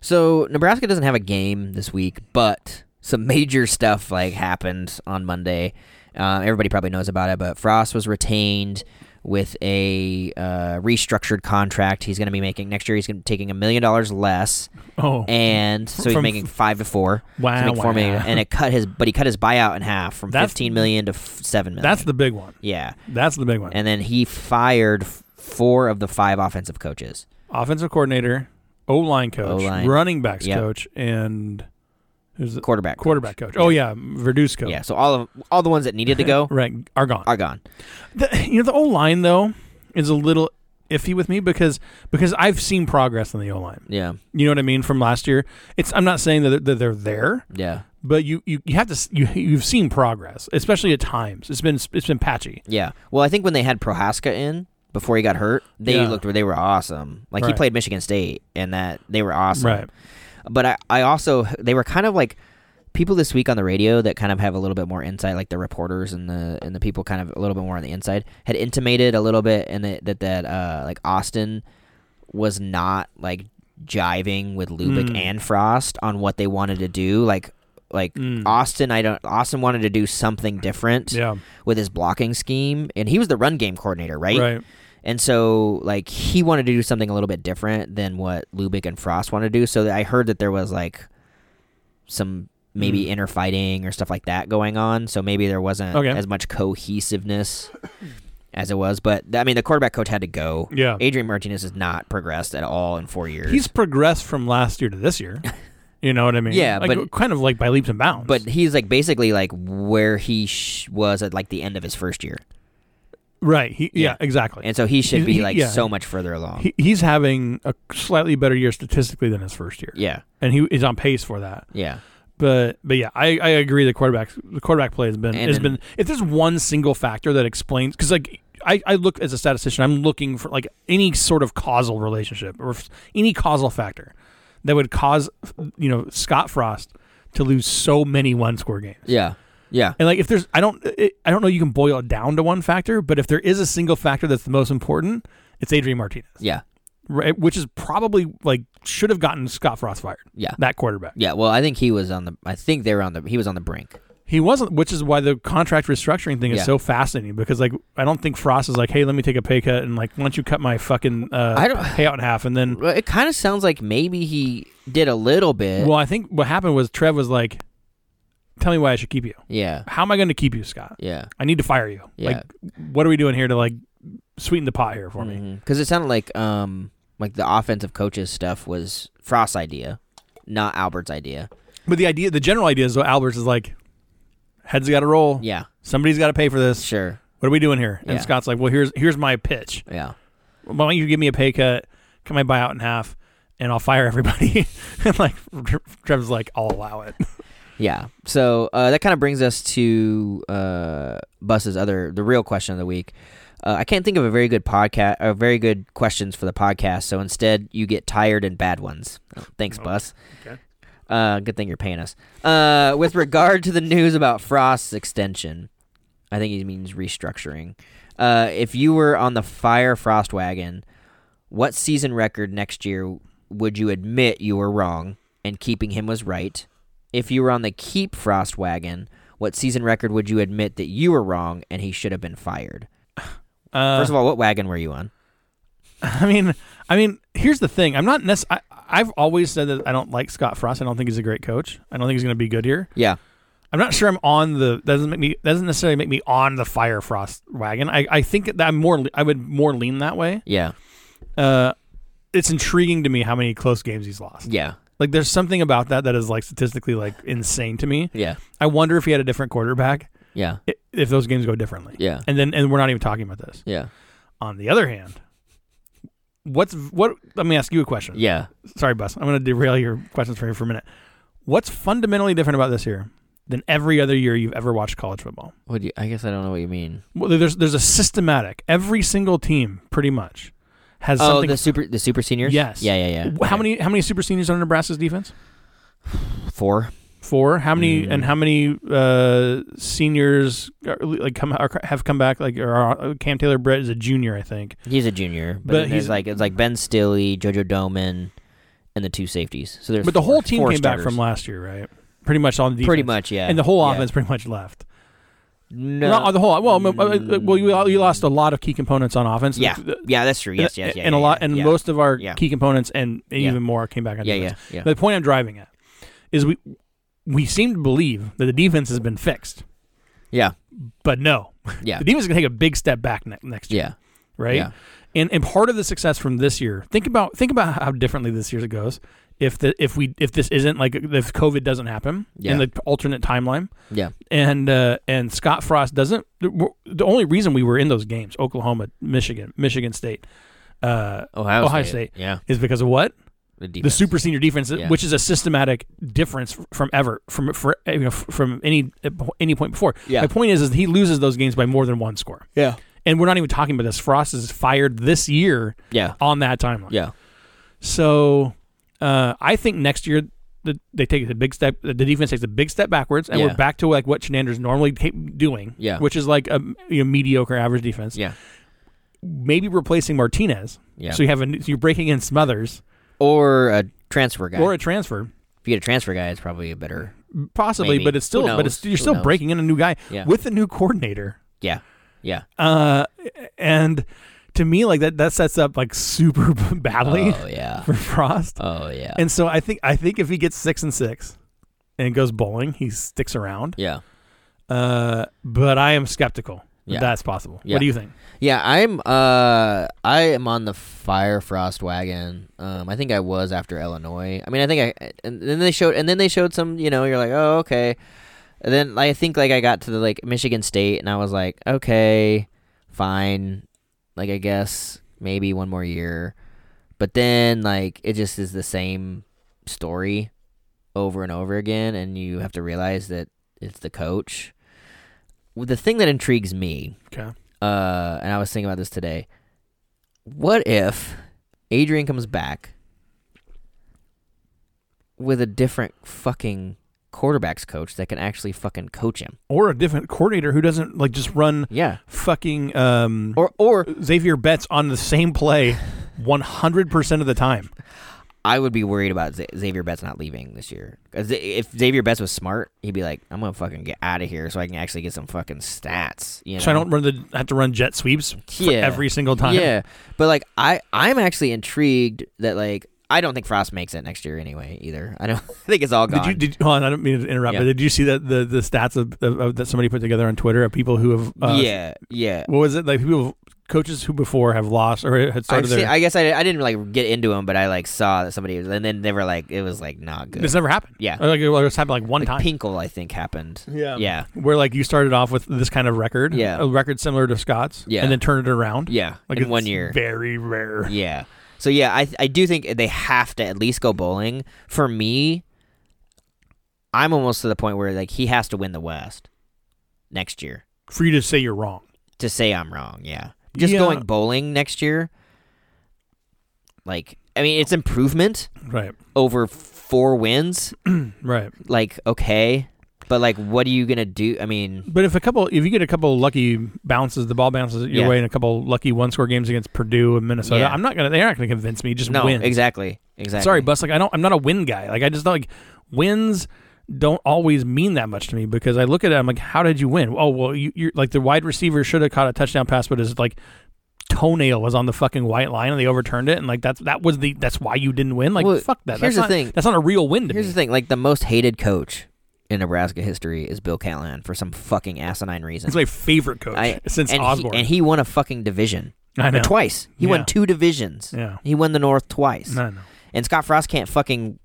So Nebraska doesn't have a game this week, but some major stuff like happened on Monday. Uh, everybody probably knows about it, but Frost was retained with a uh, restructured contract. He's going to be making next year. He's going to be taking a million dollars less, Oh, and so he's From- making five to four. Wow, so he's making four wow. million, and it cut his, but he cut his buyout in half from That's- fifteen million to f- seven million. that's the big one. yeah, That's the big one. and then he fired f- four of the five offensive coaches. Offensive coordinator, O line coach, O-line. running backs Yep. coach, and who's the Quarterback, quarterback coach? Oh yeah, Verduce coach. yeah. So all of all the ones that needed to go Right, are gone. are gone. The, you know, the O line though is a little iffy with me because because I've seen progress on the O line. Yeah, You know what I mean from last year. It's I'm not saying that they're, that they're there, yeah, but you, you, you have to s- you you've seen progress, especially at times. It's been it's been patchy. yeah. Well, I think when they had Prohaska in before he got hurt, they Yeah. looked they were awesome. Like he Right. played Michigan State, and that they were awesome. Right. But I, I also they were kind of like people this week on the radio that kind of have a little bit more insight, like the reporters and the and the people kind of a little bit more on the inside had intimated a little bit, and that that, that uh, like Austin was not like jiving with Lubick Mm. and Frost on what they wanted to do, like. Like Austin, I don't. Austin wanted to do something different Mm. Yeah. with his blocking scheme, and he was the run game coordinator, right? Right. And so, like, he wanted to do something a little bit different than what Lubick and Frost wanted to do. So I heard that there was like some maybe inner fighting or stuff like that going on. So maybe there wasn't Hmm. Okay. as much cohesiveness as it was. But I mean, the quarterback coach had to go. Yeah. Adrian Martinez has not progressed at all in four years. He's progressed from last year to this year. You know what I mean? Yeah, Like, but- kind of like by leaps and bounds. but he's like basically like where he sh- was at like the end of his first year, right. He, yeah. Exactly. and so he should He- be he- like yeah. so much further along. he, he's having a slightly better year statistically than his first year. yeah, And he is on pace for that. yeah. But but yeah, I, I agree. The quarterback the quarterback play has been And has then- been if there's one single factor that explains because like I, I look as a statistician, I'm looking for like any sort of causal relationship or f- any causal factor that would cause you know Scott Frost to lose so many one score games. Yeah. Yeah. And like if there's I don't it, I don't know you can boil it down to one factor, but if there is a single factor that's the most important, it's Adrian Martinez, Yeah. right? Which is probably like should have gotten Scott Frost fired. Yeah. that quarterback. Yeah. Well, I think he was on the. I think they were on the. He was on the brink. He wasn't, which is why the contract restructuring thing is Yeah. so fascinating because, like, I don't think Frost is like, hey, let me take a pay cut and, like, why don't you cut my fucking uh, I don't- payout in half? And then, Well, it kind of sounds like maybe he did a little bit. well, I think what happened was Trev was like, tell me why I should keep you. yeah. How am I going to keep you, Scott? Yeah. I need to fire you. Yeah. Like, what are we doing here to, like, sweeten the pot here for Because me? Mm-hmm. it sounded like um like the offensive coaches stuff was Frost's idea, not Albert's idea. But the idea, the general idea is though, Alberts is like, heads got to roll. Yeah. Somebody's got to pay for this. Sure. What are we doing here? And Yeah. Scott's like, well, here's here's my pitch. Yeah. why don't you give me a pay cut, cut my buyout in half, and I'll fire everybody. and like Trevor's like, I'll allow it. Yeah. So uh, that kind of brings us to uh, Bus's other, the real question of the week. Uh, I can't think of a very good podcast, or very good questions for the podcast. So instead, you get tired and bad ones. Thanks, Bus. Okay. Uh, good thing you're paying us. Uh, with regard to the news about Frost's extension, I think he means restructuring. Uh, if you were on the fire Frost wagon, what season record next year would you admit you were wrong and keeping him was right? If you were on the keep Frost wagon, what season record would you admit that you were wrong and he should have been fired? Uh, First of all, what wagon were you on? I mean, I mean, here's the thing. I'm not necessarily. I've always said that I don't like Scott Frost. I don't think he's a great coach. I don't think he's going to be good here. Yeah, I'm not sure I'm on the doesn't make me doesn't necessarily make me on the fire Frost wagon. I, I think that I'm more I would more lean that way. yeah, uh, it's intriguing to me how many close games he's lost. Yeah. Like there's something about that that is like statistically like insane to me. Yeah. I wonder if he had a different quarterback, Yeah. i- if those games go differently. Yeah. And then and we're not even talking about this. Yeah. On the other hand, what's what? Let me ask you a question. Yeah. Sorry, Bus. I'm going to derail your questions for you for a minute. What's fundamentally different about this year than every other year you've ever watched college football? What do you, I guess I don't know what you mean. Well, there's there's a systematic. Every single team, pretty much, has Oh, something. the super the super seniors. yes. Yeah. Yeah. Yeah. How Okay. many how many super seniors on Nebraska's defense? Four. Four. How many Mm-hmm. and how many uh, seniors are, like come are, have come back? Like or are, uh, Cam Taylor Britt is a junior, I think. He's a junior, but, But he's he's- like it's like Ben Stilley, JoJo Doman, and the two safeties. So there's But the four- whole team four came back starters. from last year, right? Pretty much on defense. Pretty much, yeah. And the whole Yeah. offense pretty much left. No. Mm. Not the whole. Well, m- uh, well, you, you lost a lot of key components on offense. yeah. The- yeah. That's true. Yes. Yes. and Yeah. and yeah, a lot, yeah, and yeah. most of our Yeah. key components, and, and Yeah. even more, came back on Yeah, defense. yeah, yeah. The point I'm driving at is we we seem to believe that the defense has been fixed, Yeah. but no, Yeah. the defense is going to take a big step back ne- next year, Yeah. right? yeah. And and part of the success from this year, think about think about how differently this year goes. If the if we if this isn't like if COVID doesn't happen Yeah. in the alternate timeline, Yeah. and uh, and Scott Frost doesn't. The the only reason we were in those games, Oklahoma, Michigan, Michigan State, uh, Ohio, Ohio State. State. Yeah. is because of what The, the defense. super senior defense, Yeah. which is a systematic difference from ever from for you know from any any point before. Yeah. My point is, is he loses those games by more than one score, Yeah. and we're not even talking about this. Frost is fired this year Yeah. on that timeline. Yeah. So uh, I think next year the, they take a big step. The defense takes a big step backwards, and Yeah. we're back to like what Shenander's normally ca- doing, Yeah. which is like a you know, mediocre average defense. Yeah. Maybe replacing Martinez. Yeah. So you have a new- so you're breaking in Smothers Or a transfer guy. or a transfer. if you get a transfer guy, it's probably a better. Possibly, Maybe. but it's still, Who but it's knows? Who you're still knows? breaking in a new guy Yeah. with a new coordinator. Yeah. Yeah. Uh, and to me, like that, that sets up like super badly Oh yeah. for Frost. Oh yeah. And so I think I think if he gets six and six and goes bowling, he sticks around. yeah. Uh, but I am skeptical that Yeah. that's possible. Yeah. What do you think? Yeah, I'm uh I am on the fire frost wagon. Um I think I was after Illinois. I mean, I think I and then they showed and then they showed some, you know, you're like, "Oh, okay." And then I think like I got to the like Michigan State and I was like, "Okay, fine. Like I guess maybe one more year." But then like it just is the same story over and over again and you have to realize that it's the coach. The thing that intrigues me Okay. uh, and I was thinking about this today. What if Adrian comes back with a different fucking quarterbacks coach that can actually fucking coach him? Or a different coordinator who doesn't like just run Yeah. fucking um Or or Xavier Betts on the same play 100% of the time. I would be worried about Z- Xavier Betts not leaving this year. 'Cause i- If Xavier Betts was smart, he'd be like, "I'm gonna fucking get out of here so I can actually get some fucking stats." You know? So I don't run the have to run jet sweeps for Yeah. every single time. Yeah, but like I, I'm actually intrigued that like I don't think Frost makes it next year anyway either. I don't I think it's all gone. Did you did hold on, I don't mean to interrupt, Yeah. but did you see that the the stats of, of, of that somebody put together on Twitter of people who have uh, yeah, yeah. what was it like people coaches who before have lost or had started I've their seen- I guess I, I didn't like get into them, but I like saw that somebody was, and then they were like, it was like not good. this never happened Yeah. Or, like it was happened like one like time Pinkel, I think happened. Yeah. yeah, where like you started off with this kind of record Yeah. a record similar to Scott's Yeah. and then turned it around yeah. like in it's one year, very rare yeah. So yeah, I I do think they have to at least go bowling. For me, I'm almost to the point where like he has to win the West next year for you to say you're wrong to say I'm wrong. Yeah, just Yeah. going bowling next year. Like, I mean, it's improvement right over four wins. right like okay, but like what are you gonna do? I mean, but if a couple if you get a couple lucky bounces the ball bounces your Yeah. way and a couple lucky one score games against Purdue and Minnesota Yeah. I'm not gonna they're not gonna convince me just no, win exactly, exactly. sorry bus like I don't I'm not a win guy like I just don't like wins don't always mean that much to me because I look at it I'm like how did you win oh well you, you're like the wide receiver should have caught a touchdown pass but his like toenail was on the fucking white line and they overturned it and like that's that was the that's why you didn't win like Well, fuck that here's that's the not, thing. that's not a real win to Here's me the thing: like the most hated coach in Nebraska history is Bill Callahan for some fucking asinine reason. he's my favorite coach I- since and he- Osborne and he won a fucking division. I know. Twice. He Yeah. won two divisions. Yeah. He won the North twice. I know. And Scott Frost can't fucking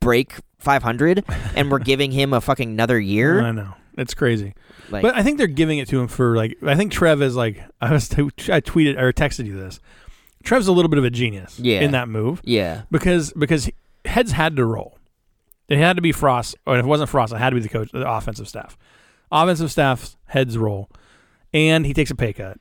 break 500, and we're giving him a fucking another year. I know. It's crazy. Like- but I think they're giving it to him for like I think Trev is like I was t- I tweeted or texted you this. Trev's a little bit of a genius Yeah. in that move yeah. because because heads had to roll. It had to be Frost, or if it wasn't Frost, it had to be the coach, the offensive staff. Offensive staff's heads roll, and he takes a pay cut.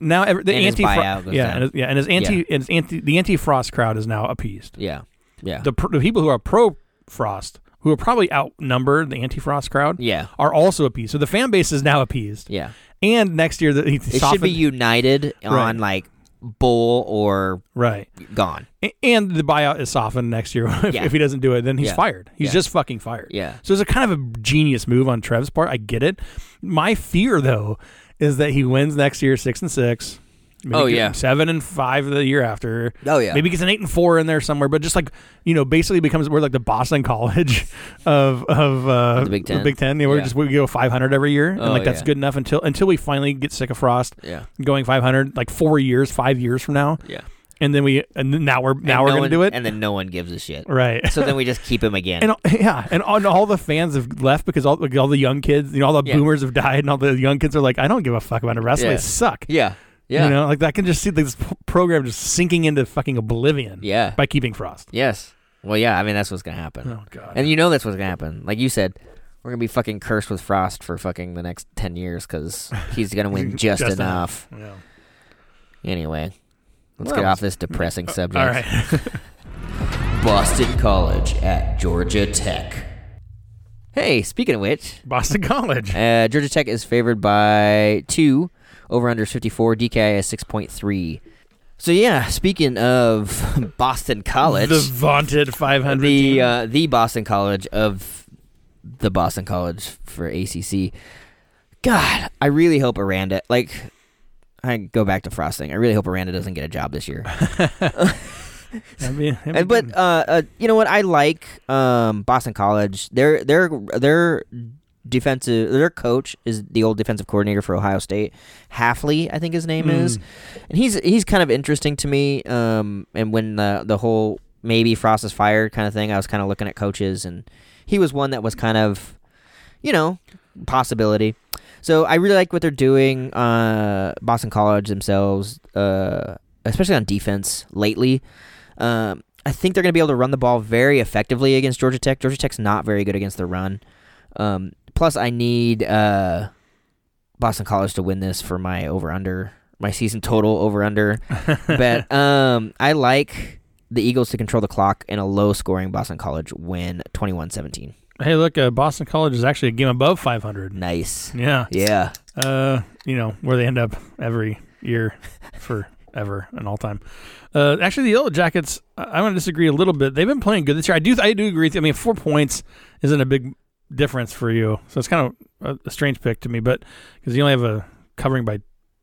Now every, the And his anti buyout goes yeah, down. and his, yeah, and his anti and his anti the anti Frost crowd is now appeased. Yeah. Yeah. The, pr- the people who are pro Frost, who are probably outnumbered the anti Frost crowd, Yeah. are also appeased. So the fan base is now appeased. yeah. And next year, the, he It should be united on like bull or right. gone. A- And the buyout is softened next year. if, Yeah. if he doesn't do it, then he's Yeah. fired. He's Yeah. just fucking fired. Yeah. So it's a kind of a genius move on Trev's part. I get it. My fear though is that he wins next year six and six. Maybe Oh, get yeah. seven and five the year after. Oh, yeah. maybe gets an eight and four in there somewhere. But just like you know, basically becomes we're like the Boston College of of uh, the Big Ten. Big Ten. Yeah, we're Yeah. just we go five hundred every year, and Oh, like that's yeah. good enough until until we finally get sick of Frost. Yeah. going five hundred like four years, five years from now. Yeah. and then we and then now we're now we're no gonna one- do it. And then no one gives a shit. right. So then we just keep him again. And all- yeah, and all, and all the fans have left because all like, all the young kids, you know, all the Yeah. boomers have died, and all the young kids are like, I don't give a fuck about the wrestling. Yeah. They suck. yeah. Yeah. You know, like I can just see this p- program just sinking into fucking oblivion. Yeah. By keeping Frost. Yes. Well, yeah. I mean, that's what's gonna happen. Oh god. And you know that's what's gonna happen. Like you said, we're gonna be fucking cursed with Frost for fucking the next ten years because he's gonna win just, Just enough. Yeah. Anyway, let's Well, get off this depressing subject. All right. Boston College at Georgia Tech. Hey, speaking of which, Boston College. uh, Georgia Tech is favored by two. Over under fifty four. DKI is six point three. So yeah, speaking of Boston College, the vaunted 500. the team. uh, the Boston College of the Boston College for ACC. God, I really hope Aranda like I go back to frosting. I really hope Aranda doesn't get a job this year. That'd be- that'd be And- but good. uh, uh, you know what? I like um, Boston College. Their their their defensive their coach is the old defensive coordinator for Ohio State, Halfley, I think his name Hmm. is, and he's he's kind of interesting to me. Um, and when the the whole maybe Frost is fired kind of thing, I was kind of looking at coaches, and he was one that was kind of, you know, possibility. So I really like what they're doing. Uh, Boston College themselves, uh, especially on defense lately. Um, I think they're going to be able to run the ball very effectively against Georgia Tech. Georgia Tech's not very good against the run. Um, plus, I need uh, Boston College to win this for my over under, my season total over under. but um, I like the Eagles to control the clock in a low scoring Boston College win 21 17. hey, look, uh, Boston College is actually a game above 500. Nice. Yeah. Yeah. Uh, you know, where they end up every year forever and all time. Uh, actually, the Yellow Jackets, I- I'm going to disagree a little bit. They've been playing good this year. I do, I do agree with you. I mean, four points isn't a big difference for you, so it's kind of a, a strange pick to me. But because you only have a covering by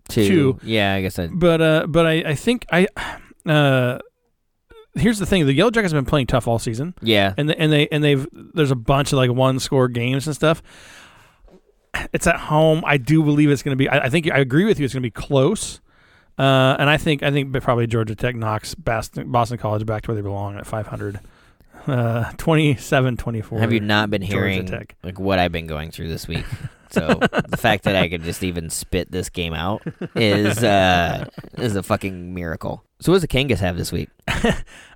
Two. Two. Yeah, I guess I. but uh, but I, I think I uh, here's the thing: the Yellow Jackets have been playing tough all season, Yeah. and the, and they and they've there's a bunch of like one score games and stuff. It's at home. I do believe it's going to be. I, I think I agree with you. It's going to be close, uh, and I think I think probably Georgia Tech knocks Boston, Boston College back to where they belong at 500, uh, 27, 24. Have you not been Georgia hearing Tech. like what I've been going through this week? So the fact that I could just even spit this game out is uh, is a fucking miracle. So what does the Kangas have this week?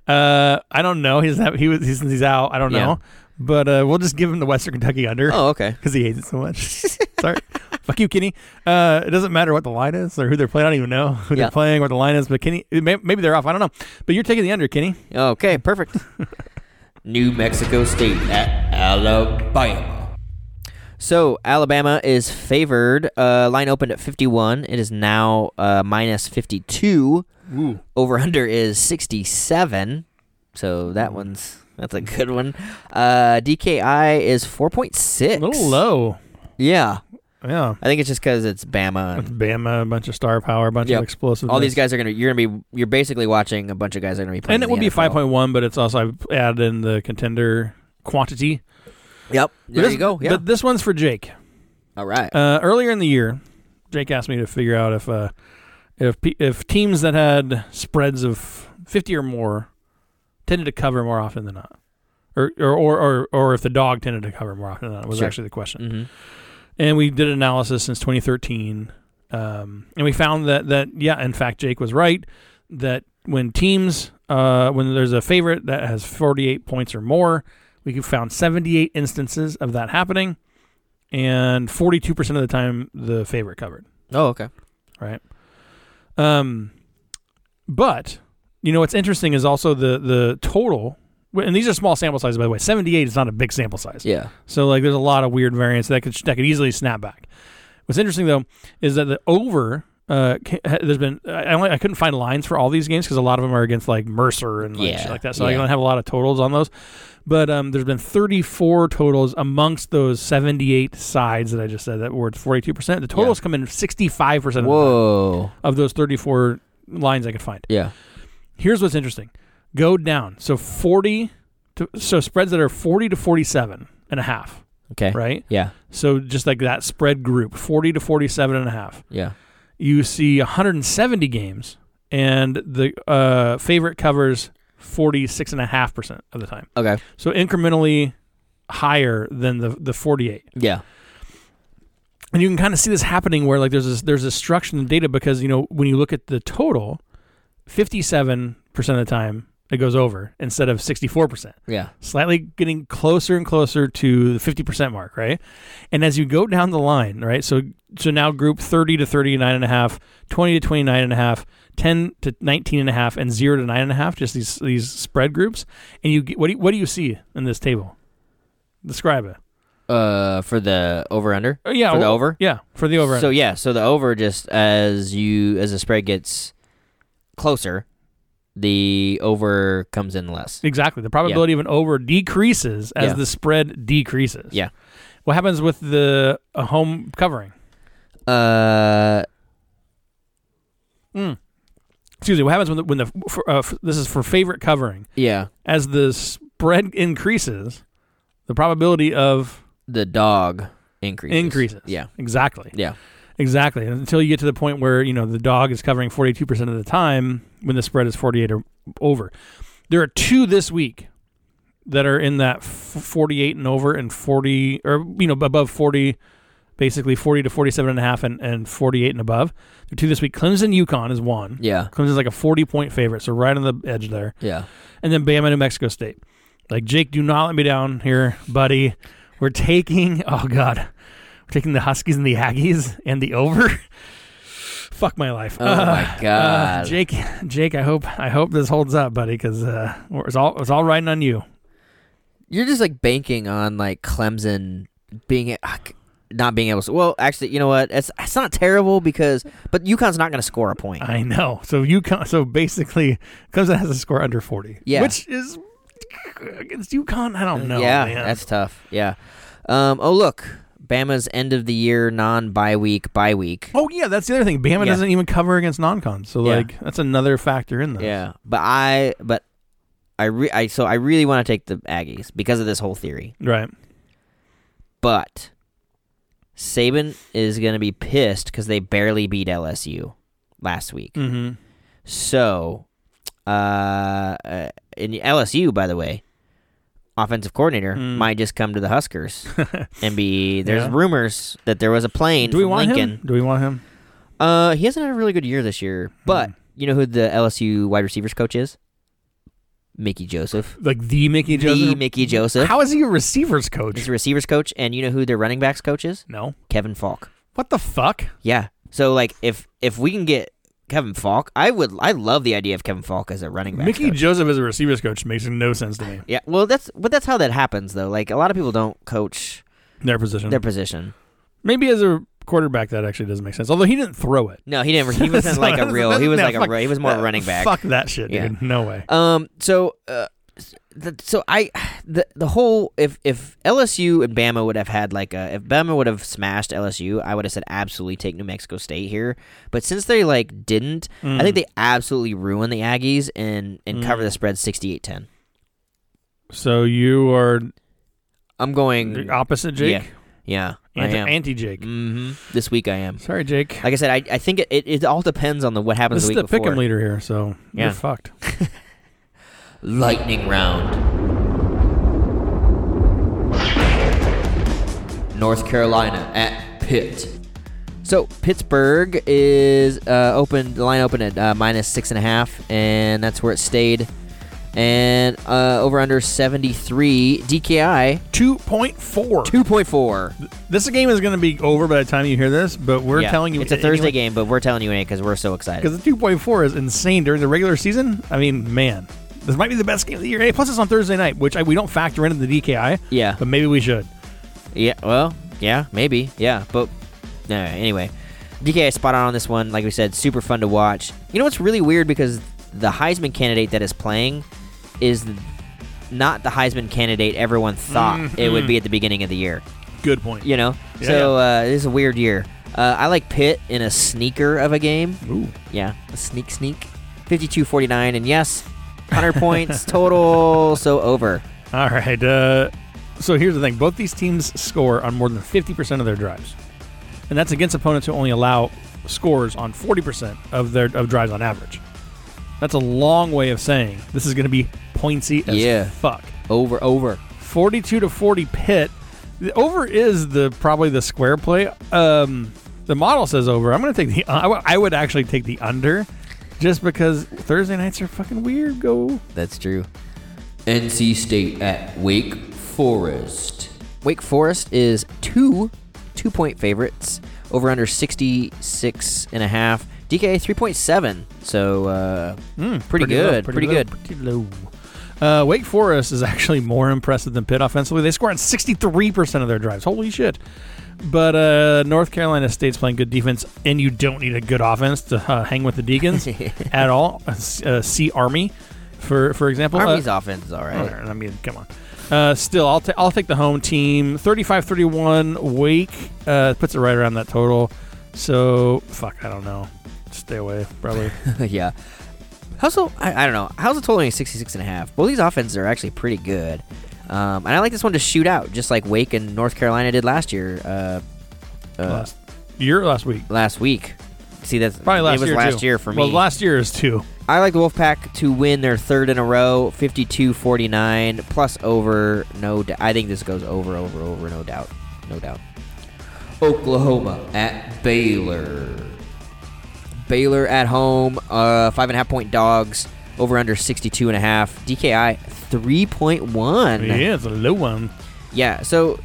Uh, I don't know. He's not, he was he's, he's out. I don't Yeah. know, but uh, we'll just give him the Western Kentucky under. Oh, okay. because he hates it so much. Sorry. Fuck you, Kenny. Uh, it doesn't matter what the line is or who they're playing. I don't even know who Yeah. they're playing, what the line is, but Kenny, it may, maybe they're off. I don't know. But you're taking the under, Kenny. Okay, perfect. New Mexico State at Alabama. So Alabama is favored. Uh, line opened at 51. It is now uh, minus 52. Ooh. Over under is 67. So that one's that's a good one. Uh, DKI is 4.6. A little low. Yeah. Yeah. I think it's just because it's Bama. It's and Bama, a bunch of star power, a bunch Um, Yep. of explosive. all these guys are gonna. You're gonna be. You're basically watching a bunch of guys that are gonna be playing. And it in will the be NFL. 5.1, but it's also, I've added in the contender quantity. Yep. But There this- you go. Yeah. But this one's for Jake. all right. Uh, earlier in the year, Jake asked me to figure out if uh, If pe- if teams that had spreads of 50 or more tended to cover more often than not, or or or or, or if the dog tended to cover more often than not was Sure. actually the question. Mm-hmm. And we did an analysis since 2013, um, and we found that that yeah, in fact, Jake was right that when teams uh, when there's a favorite that has 48 points or more, we found 78 instances of that happening, and 42 percent of the time the favorite covered. Oh, okay. right? Um, but you know what's interesting is also the the total, and these are small sample sizes by the way. Seventy eight is not a big sample size, Yeah. so like there's a lot of weird variants that could that could easily snap back. What's interesting though is that the over. Uh, ca- ha- there's been I I only I couldn't find lines for all these games because a lot of them are against like Mercer and like, Yeah, shit like that, so I yeah. don't have a lot of totals on those. But um, there's been 34 totals amongst those 78 sides that I just said that were 42 percent. The totals come in 65 percent Whoa. of those 34 lines I could find. Yeah. Here's what's interesting. Go down. So 40 to, so spreads that are 40 to 47 and a half, Okay. right? Yeah. So just like that spread group, 40 to 47 and a half. Yeah. You see 170 games and the uh, favorite covers 46.5% of the time. Okay. So incrementally higher than the the 48. Yeah. and you can kind of see this happening where like there's this, there's this structure in the data because you know when you look at the total 57% of the time it goes over instead of 64% Yeah. slightly getting closer and closer to the 50% mark right and as you go down the line right so so now group 30 to 39 and a half 20 to 29 and a half 10 to 19 and a half and 0 to 9 and a half just these these spread groups and you get, what do you, what do you see in this table describe it Uh, for the over under. Oh, yeah For the well, over? yeah for the over So yeah, so the over just as you as the spread gets closer, the over comes in less. Exactly. The probability of an over decreases as Yeah. the spread decreases. Yeah. What happens with the uh, home covering? Uh, Excuse me. What happens when the, when the for, uh, f this is for favorite covering? yeah. As the spread increases, the probability of The dog increases. increases. Yeah. Exactly. Yeah. Exactly. And until you get to the point where, you know, the dog is covering 42% of the time when the spread is 48 or over. There are two this week that are in that f- 48 and over and 40 or you know above 40 basically 40 to 47 and a half and, and 48 and above. There are two this week. Clemson Yukon is one. Yeah. Clemson's like a 40 point favorite, so right on the edge there. Yeah. And then Bama New Mexico State. Like Jake, do not let me down here, buddy. We're taking oh god. We're taking the Huskies and the Aggies and the over. Fuck my life. Oh my Uh, god. Jake, Jake, I hope I hope this holds up, buddy, because uh, we're- it's all it's all riding on you. You're just like banking on like Clemson being a- ah, c- not being able to. Well, actually, you know what? It's it's not terrible because but UConn's not going to score a point. I know. So you con- so basically, Clemson has a score under forty. Yeah. Uh, which is against UConn. I don't know. yeah, man. that's tough. Yeah. Um, oh look, Bama's end of the year non bye week bye week. oh yeah, that's the other thing. Bama Yeah. doesn't even cover against non-cons, so Yeah. like that's another factor in this. Yeah, but I but I re I so I really want to take the Aggies because of this whole theory. right. But Saban is gonna be pissed because they barely beat LSU last week. Mm-hmm. So, uh, uh, in LSU, by the way, offensive coordinator Mm. might just come to the Huskers and be. There's Yeah. rumors that there was a plane Do we from want Lincoln. him? Hmm. Do we want him? Uh, he hasn't had a really good year this year, but you know who the LSU wide receivers coach is? Mickey Joseph. Like the Mickey Joseph? The Mickey Joseph. How is he a receivers He's coach? the receivers coach, and you know who their running backs coach is? No. Kevin Falk. What the fuck? Yeah. So like, if if we can get Kevin Falk, I would. I love the idea of Kevin Falk as a running back. Mickey coach. Joseph as a receivers coach makes no sense to me. Yeah. Well, that's but that's how that happens though. Like a lot of people don't coach Their position. their position. Maybe as a quarterback, that actually doesn't make sense. Although he didn't throw it. No, he never. He wasn't So like a that's- real. that's- He was no, like a. fuck real- He was more a that- running back. Fuck that shit, dude. Yeah. No way. Um. So, uh, the, so I, the the whole if if LSU and Bama would have had like a if Bama would have smashed LSU, I would have said absolutely take New Mexico State here. But since they like didn't, I Hmm. Mm. think they absolutely ruined the Aggies and and cover the spread 68-10. So you are I'm going. the opposite Jake? Mm. Yeah. Yeah, Anti, I am. anti Jake. hmm This week I am. Sorry, Jake. Like I said, I, I think it, it, it all depends on the what happens This the is week the pick 'em before. leader here, so Yeah. you're fucked. Lightning round. North Carolina at Pitt. So Pittsburgh is uh, open. The line opened at uh, minus six and a half, and that's where it stayed. And uh, over under seventy three. DKI Two point four. two point four. This game is going to be over by the time you hear this, but we're telling you it's a Thursday game, but we're telling you it because we're so excited. because the two point four is insane during the regular season. I mean, man, this might be the best game of the year. Hey, plus it's on Thursday night, which I, we don't factor into the DKI. Yeah. but maybe we should. Yeah, well, yeah, maybe, yeah, but no, anyway, DK is spot on on this one. Like we said, super fun to watch. You know what's really weird because the Heisman candidate that is playing is not the Heisman candidate everyone thought it would be at the beginning of the year. Good point. You know, Mm-hmm. Yeah. so uh, it is a weird year. Uh, I like Pitt in a sneaker of a game. Ooh. Yeah, a sneak sneak, 52-49, and yes, 100 points total. So over. All right. Uh, so here's the thing: both these teams score on more than 50% of their drives, and that's against opponents who only allow scores on 40% of their of drives on average. That's a long way of saying this is going to be pointsy as Yeah. fuck. Over, over. 42 to 40 pit the over is the probably the square play um the model says over i'm gonna take the I would- I would actually take the under just because thursday nights are fucking weird go That's true. NC State at Wake Forest. Wake Forest is two two point favorites over under 66 and a half. DK 3.7. So uh, pretty, good. Pretty, low, good. pretty low uh, Wake Forest is actually more impressive than Pitt offensively. They score on 63% of their drives. Holy shit. But uh, North Carolina State's playing good defense, and you don't need a good offense to uh, hang with the Deacons at all. Uh, see Army, for, for example. Uh, Army's offense is all right. I mean, come on. Uh, still, I'll, ta- I'll take the home team. 35 31 Wake uh, puts it right around that total. So, fuck, I don't know. Stay away, probably. yeah. How's the, I, I don't know. How's the total only 66 and a half? Both these offenses are actually pretty good. Um, and I like this one to shoot out, just like Wake and North Carolina did last year, uh, last year, last week. last week. See, that's Probably last it was year. last too. year for me. Well, last year is two. I like the Wolfpack to win their third in a row, 52-49, plus over, no doubt. I think this goes over, over, over, no doubt. No doubt. Oklahoma at Baylor. Baylor at home, uh, five and a half point dogs, over under 62 and a half. DKI, 3.1. Yeah, it's a low one. Yeah, so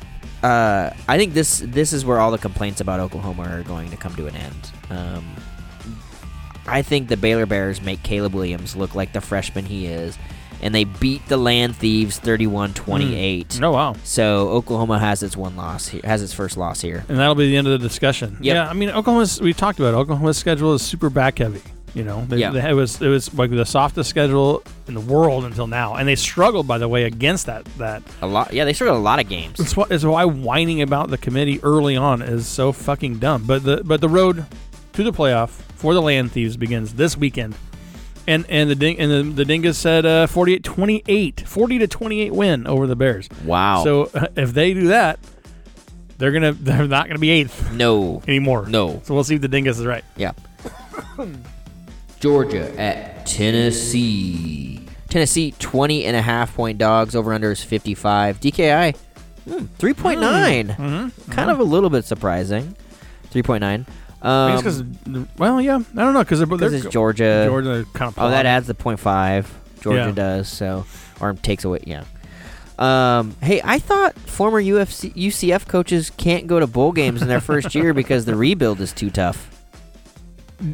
uh, I think this this is where all the complaints about Oklahoma are going to come to an end. Um, I think the Baylor Bears make Caleb Williams look like the freshman he is, and they beat the Land Thieves 31 28. Oh, wow. So Oklahoma has its one loss here, has its first loss here. And that'll be the end of the discussion. Yep. Yeah, I mean, Oklahoma's, we talked about it. Oklahoma's schedule is super back heavy. You know, they, Yeah. they- it was it was like the softest schedule in the world until now, and they struggled, by the way, against that that A lot, yeah, they started a lot of games. It's what is why whining about the committee early on is so fucking dumb. But the but the road to the playoff for the Land Thieves begins this weekend. And and the ding and the, the Dingus said uh, 48 28 40 to 28 win over the Bears. Wow. So uh, if they do that, they're going to they're not going to be 8th no, anymore. no, So we'll see if the Dingus is right. yeah. Georgia at Tennessee. Tennessee 20 and a half point dogs over under is 55. DKI hmm, 3.9. Hmm. Kind of a little bit surprising. 3.9. I guess Um, 'cause- well, yeah, I don't know cuz they're, they're 'cause it's Georgia. Georgia kind of Oh, that adds the point five. Georgia Yeah. does so, or takes away. Yeah. Um, hey, I thought former UFC, UCF coaches can't go to bowl games in their first year because the rebuild is too tough.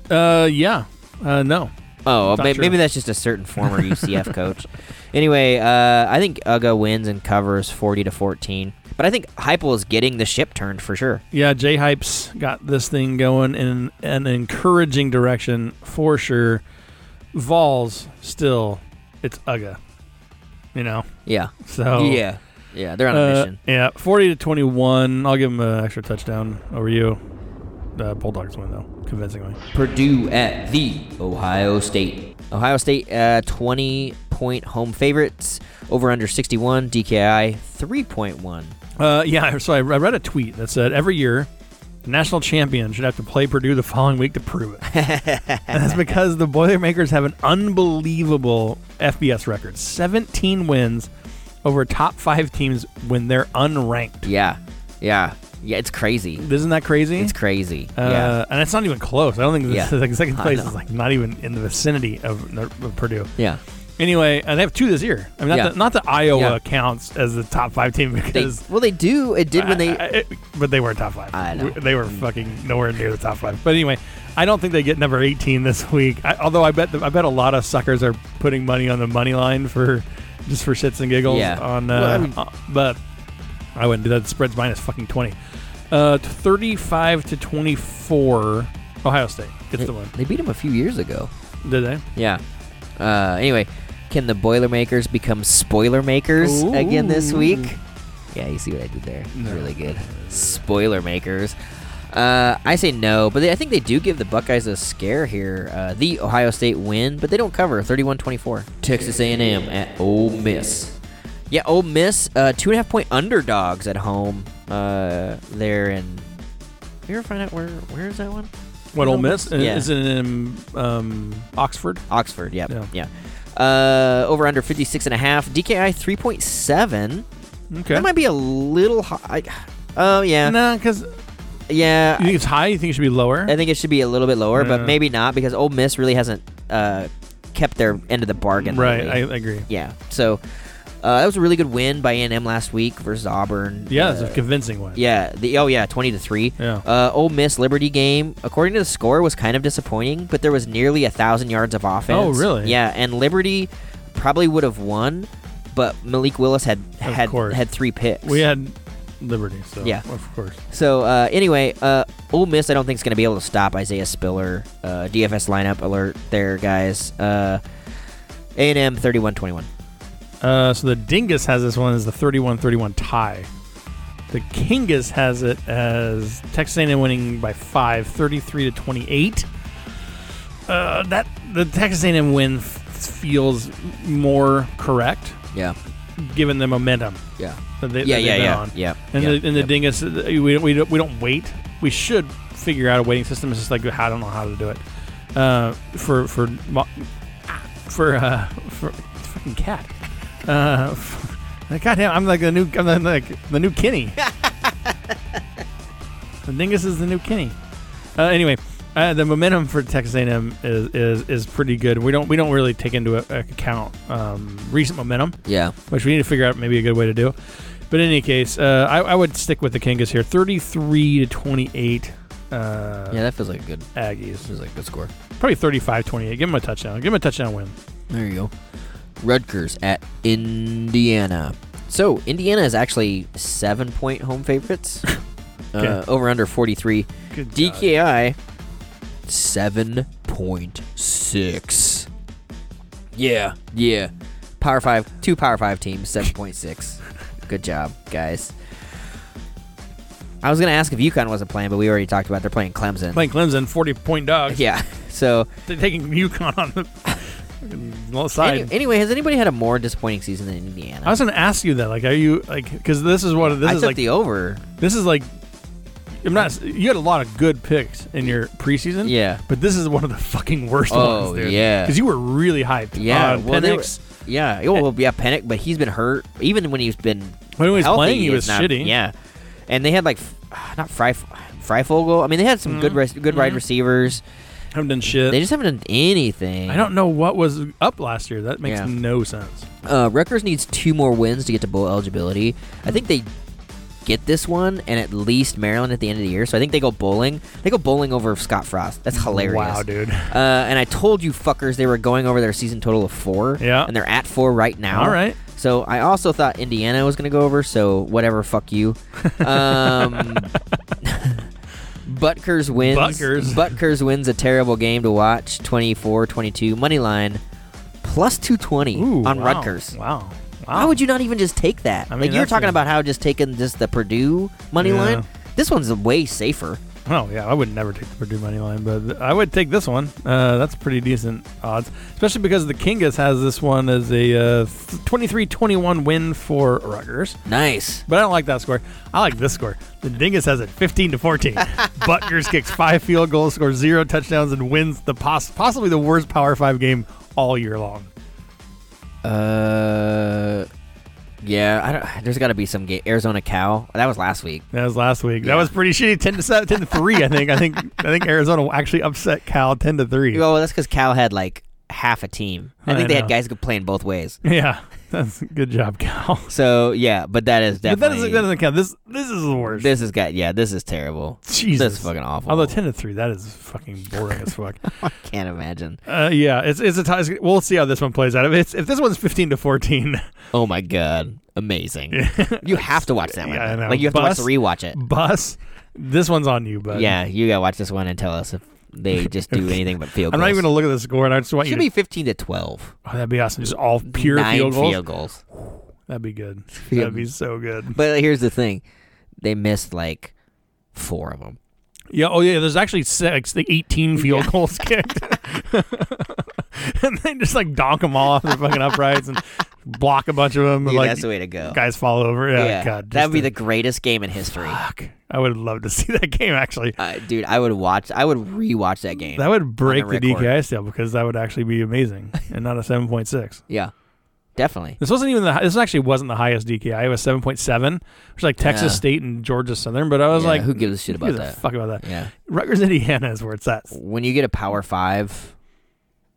Uh yeah. Uh no. Oh, Not may- true. maybe that's just a certain former UCF coach. Anyway, uh, I think Uga wins and covers forty to fourteen. But I think Heupel is getting the ship turned for sure. Yeah, J Hype's got this thing going in an encouraging direction for sure. Vols still, it's Uga, you know. Yeah. So Yeah. Yeah. They're on a Oh. uh, mission. yeah, forty to twenty-one. I'll give him an extra touchdown over you. Uh, Bulldogs win though, convincingly. Purdue at the Ohio State. Ohio State, uh, 20 point home favorites. Over under 61. DKI, 3.1. Uh, yeah, so I I read a tweet that said every year the national champion should have to play Purdue the following week to prove it. and that's because the Boilermakers have an unbelievable FBS record 17 wins over top five teams when they're unranked. Yeah, yeah, yeah. It's crazy. Isn't that crazy? It's crazy. Uh, yeah, And it's not even close. I don't think Yeah. this, like second I place know. is like not even in the vicinity of, of Purdue. yeah. Anyway, and they have two this year. I mean, not, Yeah. that, not that Iowa Yeah. counts as the top five team They, because well, they do. It did when they. I- I- it- but they weren't top five. I know. They were fucking nowhere near the top five. But anyway, I don't think they get number eighteen this week. I, although I bet the, I bet a lot of suckers are putting money on the money line for just for shits and giggles. Yeah. On uh, Well, I mean- uh, but I wouldn't do that. The spread's minus fucking twenty. Uh, thirty-five to twenty-four. Ohio State gets the win. they beat him a few years ago. Did they? Yeah. Uh, anyway, can the Boilermakers become spoiler makers again this week? Yeah, you see what I did there. It's Really good. Spoiler makers. Uh, I say no, but they, I think they do give the Buckeyes a scare here. Uh, the Ohio State win, but they don't cover 31-24. Texas A&M at Ole Miss. Yeah, Ole Miss, uh, two and a half point underdogs at home. Uh, they're in. Can you ever find out where where is that one? What Ole Miss Yeah. is it in um, Oxford? Oxford. Yep. Yeah. Yeah. Uh, over under 56 and a half. DKI 3.7. Okay. That might be a little high. Oh yeah, Nah, because you yeah. think it's high. You think it should be lower? I think it should be a little bit lower, Yeah. but maybe not because Ole Miss really hasn't uh, kept their end of the bargain. Right. lately. I agree. yeah. So uh, that was a really good win by A&M last week versus Auburn. Yeah, Uh, it's a convincing one. Yeah, the oh yeah, twenty to three. Yeah. Uh, Ole Miss Liberty game, according to the score, was kind of disappointing, but there was nearly a thousand yards of offense. Oh, really? Yeah, and Liberty probably would have won, but Malik Willis had had course. had three picks. We had Liberty, so Yeah. of course. So uh, anyway, uh, Ole Miss I don't think is going to be able to stop Isaiah Spiller. Uh, DFS lineup alert there, guys. Uh, A&M 31-21. Uh, so the Dingus has this one as the 31-31 tie. The Kingus has it as Texas A&M winning by five, 33 to 28. Uh, that the Texas A&M win f- feels more correct Yeah. given the momentum Yeah. that they Yeah, that they've yeah, been yeah. on. Yeah. And yeah, the and the yeah. dingus, uh, we don't, we don't we don't wait. We should figure out a waiting system. It's just like I don't know how to do it. Uh, for for mo- for uh, for it's a fucking cat. Uh, for, goddamn, I'm like the new I'm the- like the new Kenny. the dingus is the new Kenny. Uh, anyway. Uh, the momentum for Texas A&M is, is, is pretty good. We don't we don't really take into a- account um, recent momentum Yeah. which we need to figure out maybe a good way to do. But in any case, uh, I, I would stick with the Kingas here, thirty-three to twenty-eight. Uh, Yeah, that feels like a good Aggies, feels like a good score. probably 35-28. Give him a touchdown. Give him a touchdown win. There you go. Rutgers at Indiana. So Indiana is actually seven point home favorites. uh, Okay. over under forty three. Good DKI seven point six. Yeah, yeah. Power five, two power five teams, seven point six. Good job, guys. I was gonna ask if UConn wasn't playing, but we already talked about they're playing Clemson. Playing Clemson, forty-point dogs. yeah. So They're taking UConn on the fucking low side. any- anyway, has anybody had a more disappointing season than Indiana? I was going to ask you that. Like, are you like? Because this is what this I is took like. the over. this is like. I'm not. You had a lot of good picks in your preseason. Yeah. But this is one of the fucking worst Oh, ones, dude. yeah. Because you were really hyped. Yeah, on well, they were- Penix. Eh. yeah, oh, well, yeah, Panic, but he's been hurt. Even when he's been When he was healthy, playing, he is was not- shitty. Yeah, and they had like f- ah, not Fry Freifogel. I mean, they had some Mm-hmm. good res- good wide receivers. haven't done shit. They just haven't done anything. I don't know what was up last year. That makes Yeah. no sense. Uh, Rutgers needs two more wins to get to bowl eligibility. I think they get this one and at least Maryland at the end of the year. So I think they go bowling. They go bowling over Scott Frost. That's hilarious. Wow, dude. Uh, and I told you fuckers they were going over their season total of four. Yeah. And they're at four right now. All right. So I also thought Indiana was going to go over, so whatever, fuck you. Um, Butker's wins. Butker's. Butker's wins a terrible game to watch 24 22. Money line plus 220 Ooh, on wow. Rutgers. Wow. Why would you not even just take that? I mean, like you were that's talking a- about how just taking just the Purdue money Yeah. line. This one's way safer. Oh yeah, I would never take the Purdue money line, but th- I would take this one. Uh, that's pretty decent odds, especially because the Kingas has this one as a uh, 23-21 win for Rutgers. Nice. But I don't like that score. I like this score. The Dingus has it 15 to 14. Butgers kicks five field goals, scores zero touchdowns, and wins the poss- possibly the worst Power Five game all year long. Uh, yeah. I don't. There's got to be some game. Arizona Cal. That was last week. That was last week. That was pretty shitty. 10 to 7, 10 to 3, I think. I think I think Arizona actually upset Cal 10 to 3. Well, that's because Cal had like half a team. I I think they know. had guys who could play in both ways. Yeah. That's good job, Cal. So yeah, but that is But that definitely. doesn't, that doesn't count. This this is the worst. this is got yeah. This is terrible. Jesus, This is fucking awful. Although ten to three, that is fucking boring as fuck. I can't imagine. Uh, yeah, it's it's a tie. it's- We'll see how this one plays out. If it's if this one's fifteen to fourteen, Oh my god, amazing! you have to watch that one. Yeah, I know. Like you have Bus- to watch the rewatch it. bus, this one's on you, bud. Yeah, you gotta watch this one and tell us if they just do anything but field goals. I'm not even gonna look at the score, and I just want you. Should To, be fifteen to twelve. oh, that'd be awesome. Just all pure Nine field goals. field goals. That'd be good. Yeah. That'd be so good. But here's the thing, they missed like four of them. Yeah. Oh yeah. There's actually six, like eighteen field goals kicked, and they just like donk them all off the fucking uprights and block a bunch of them. Dude, like that's the way to go. guys fall over. Yeah. yeah, God. that'd just be a- the greatest game in history. Fuck. I would love to see that game actually. Uh, dude, I would watch. I would rewatch that game. That would break the record. DKI scale because that would actually be amazing and not a 7.6. yeah, definitely. This wasn't even the hi- this actually wasn't the highest DKI. It was 7.7, which is like Texas Yeah. State and Georgia Southern, but I was Yeah, like who gives a shit who about gives a that? fuck about that. Yeah, Rutgers Indiana is where it's at. when you get a power five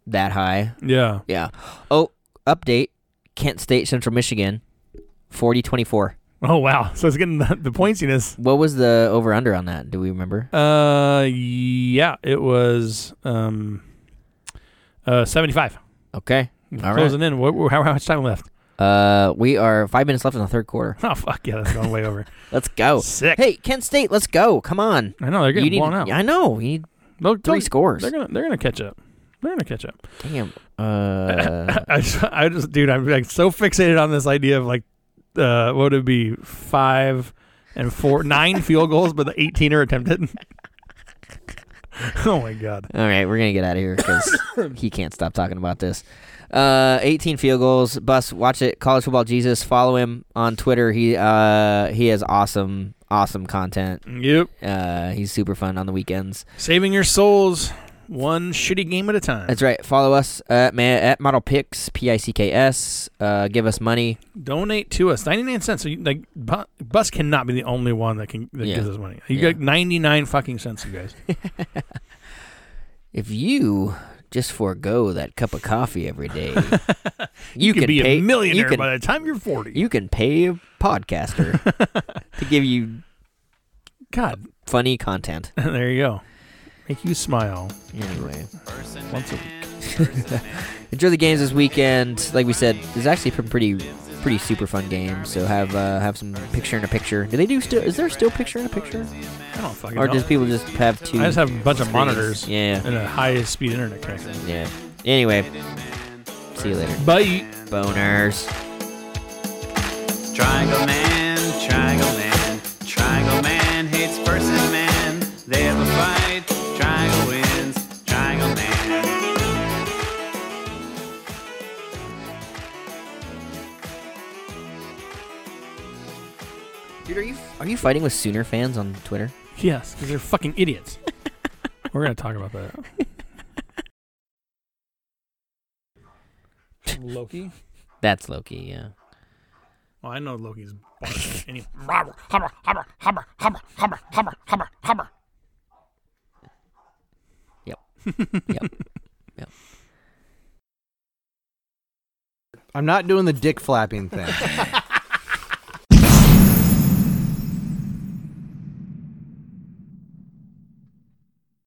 that high, Yeah. yeah. Oh, update: Kent State, Central Michigan, 40-24. Oh wow. So it's getting the, the pointsiness. What was the over under on that? Do we remember? Uh yeah, it was um uh 75. Okay, all right. Closing in. What, how, how much time left? Uh, we are five minutes left in the third quarter. Oh fuck yeah, that's going way over. Let's go. Sick. Oh. Hey, Kent State, let's go. Come on. I know they're You getting need- blown out. I know. You need They'll- three they'll- scores. They're gonna they're gonna catch up. They're gonna catch up. Damn. Uh, I just, I just dude, I'm like so fixated on this idea of like uh what would it be five and four nine field goals, but the eighteen are attempted. oh my god. all right, we're gonna get out of here because he can't stop talking about this. Uh, 18 field goals. Bus, watch it. College football Jesus. Follow him on Twitter. He uh he has awesome awesome content. Yep. Uh, he's super fun on the weekends. Saving your souls one shitty game at a time. That's right. Follow us at ma- at Model Picks P I C K S. Uh, give us money. Donate to us. Ninety nine cents. So you, like bu- bus cannot be the only one that can that Yeah. gives us money. You Yeah. got ninety nine fucking cents, you guys. If you just forego that cup of coffee every day, you, You could be pay, a millionaire you can, by the time you're forty. you can pay a podcaster to give you God, funny content. there you go. Make you smile. Anyway, Once a enjoy the games this weekend. Like we said, there's actually some pretty, pretty super fun games. So have uh, have some picture in a picture. Do they do still? Is there still picture in a picture? I don't fucking Or know. does people just have two? I just have a bunch of screens? monitors Yeah, and a high speed internet connection. yeah. Anyway, see you later, Bye. boners. Triangle Man, Triangle Man, Triangle Man hates person man. They have a fight, Triangle wins, Triangle Man. Dude, are you are you fighting with Sooner fans on Twitter? Yes, because they're fucking idiots. We're gonna talk about that. Loki. That's Loki. Yeah. Well, I know Loki's bonkers. and he hubba hubba hubba hubba hubba hubba hubba hubba hubba. Yep. Yep. Yep. I'm not doing the dick flapping thing.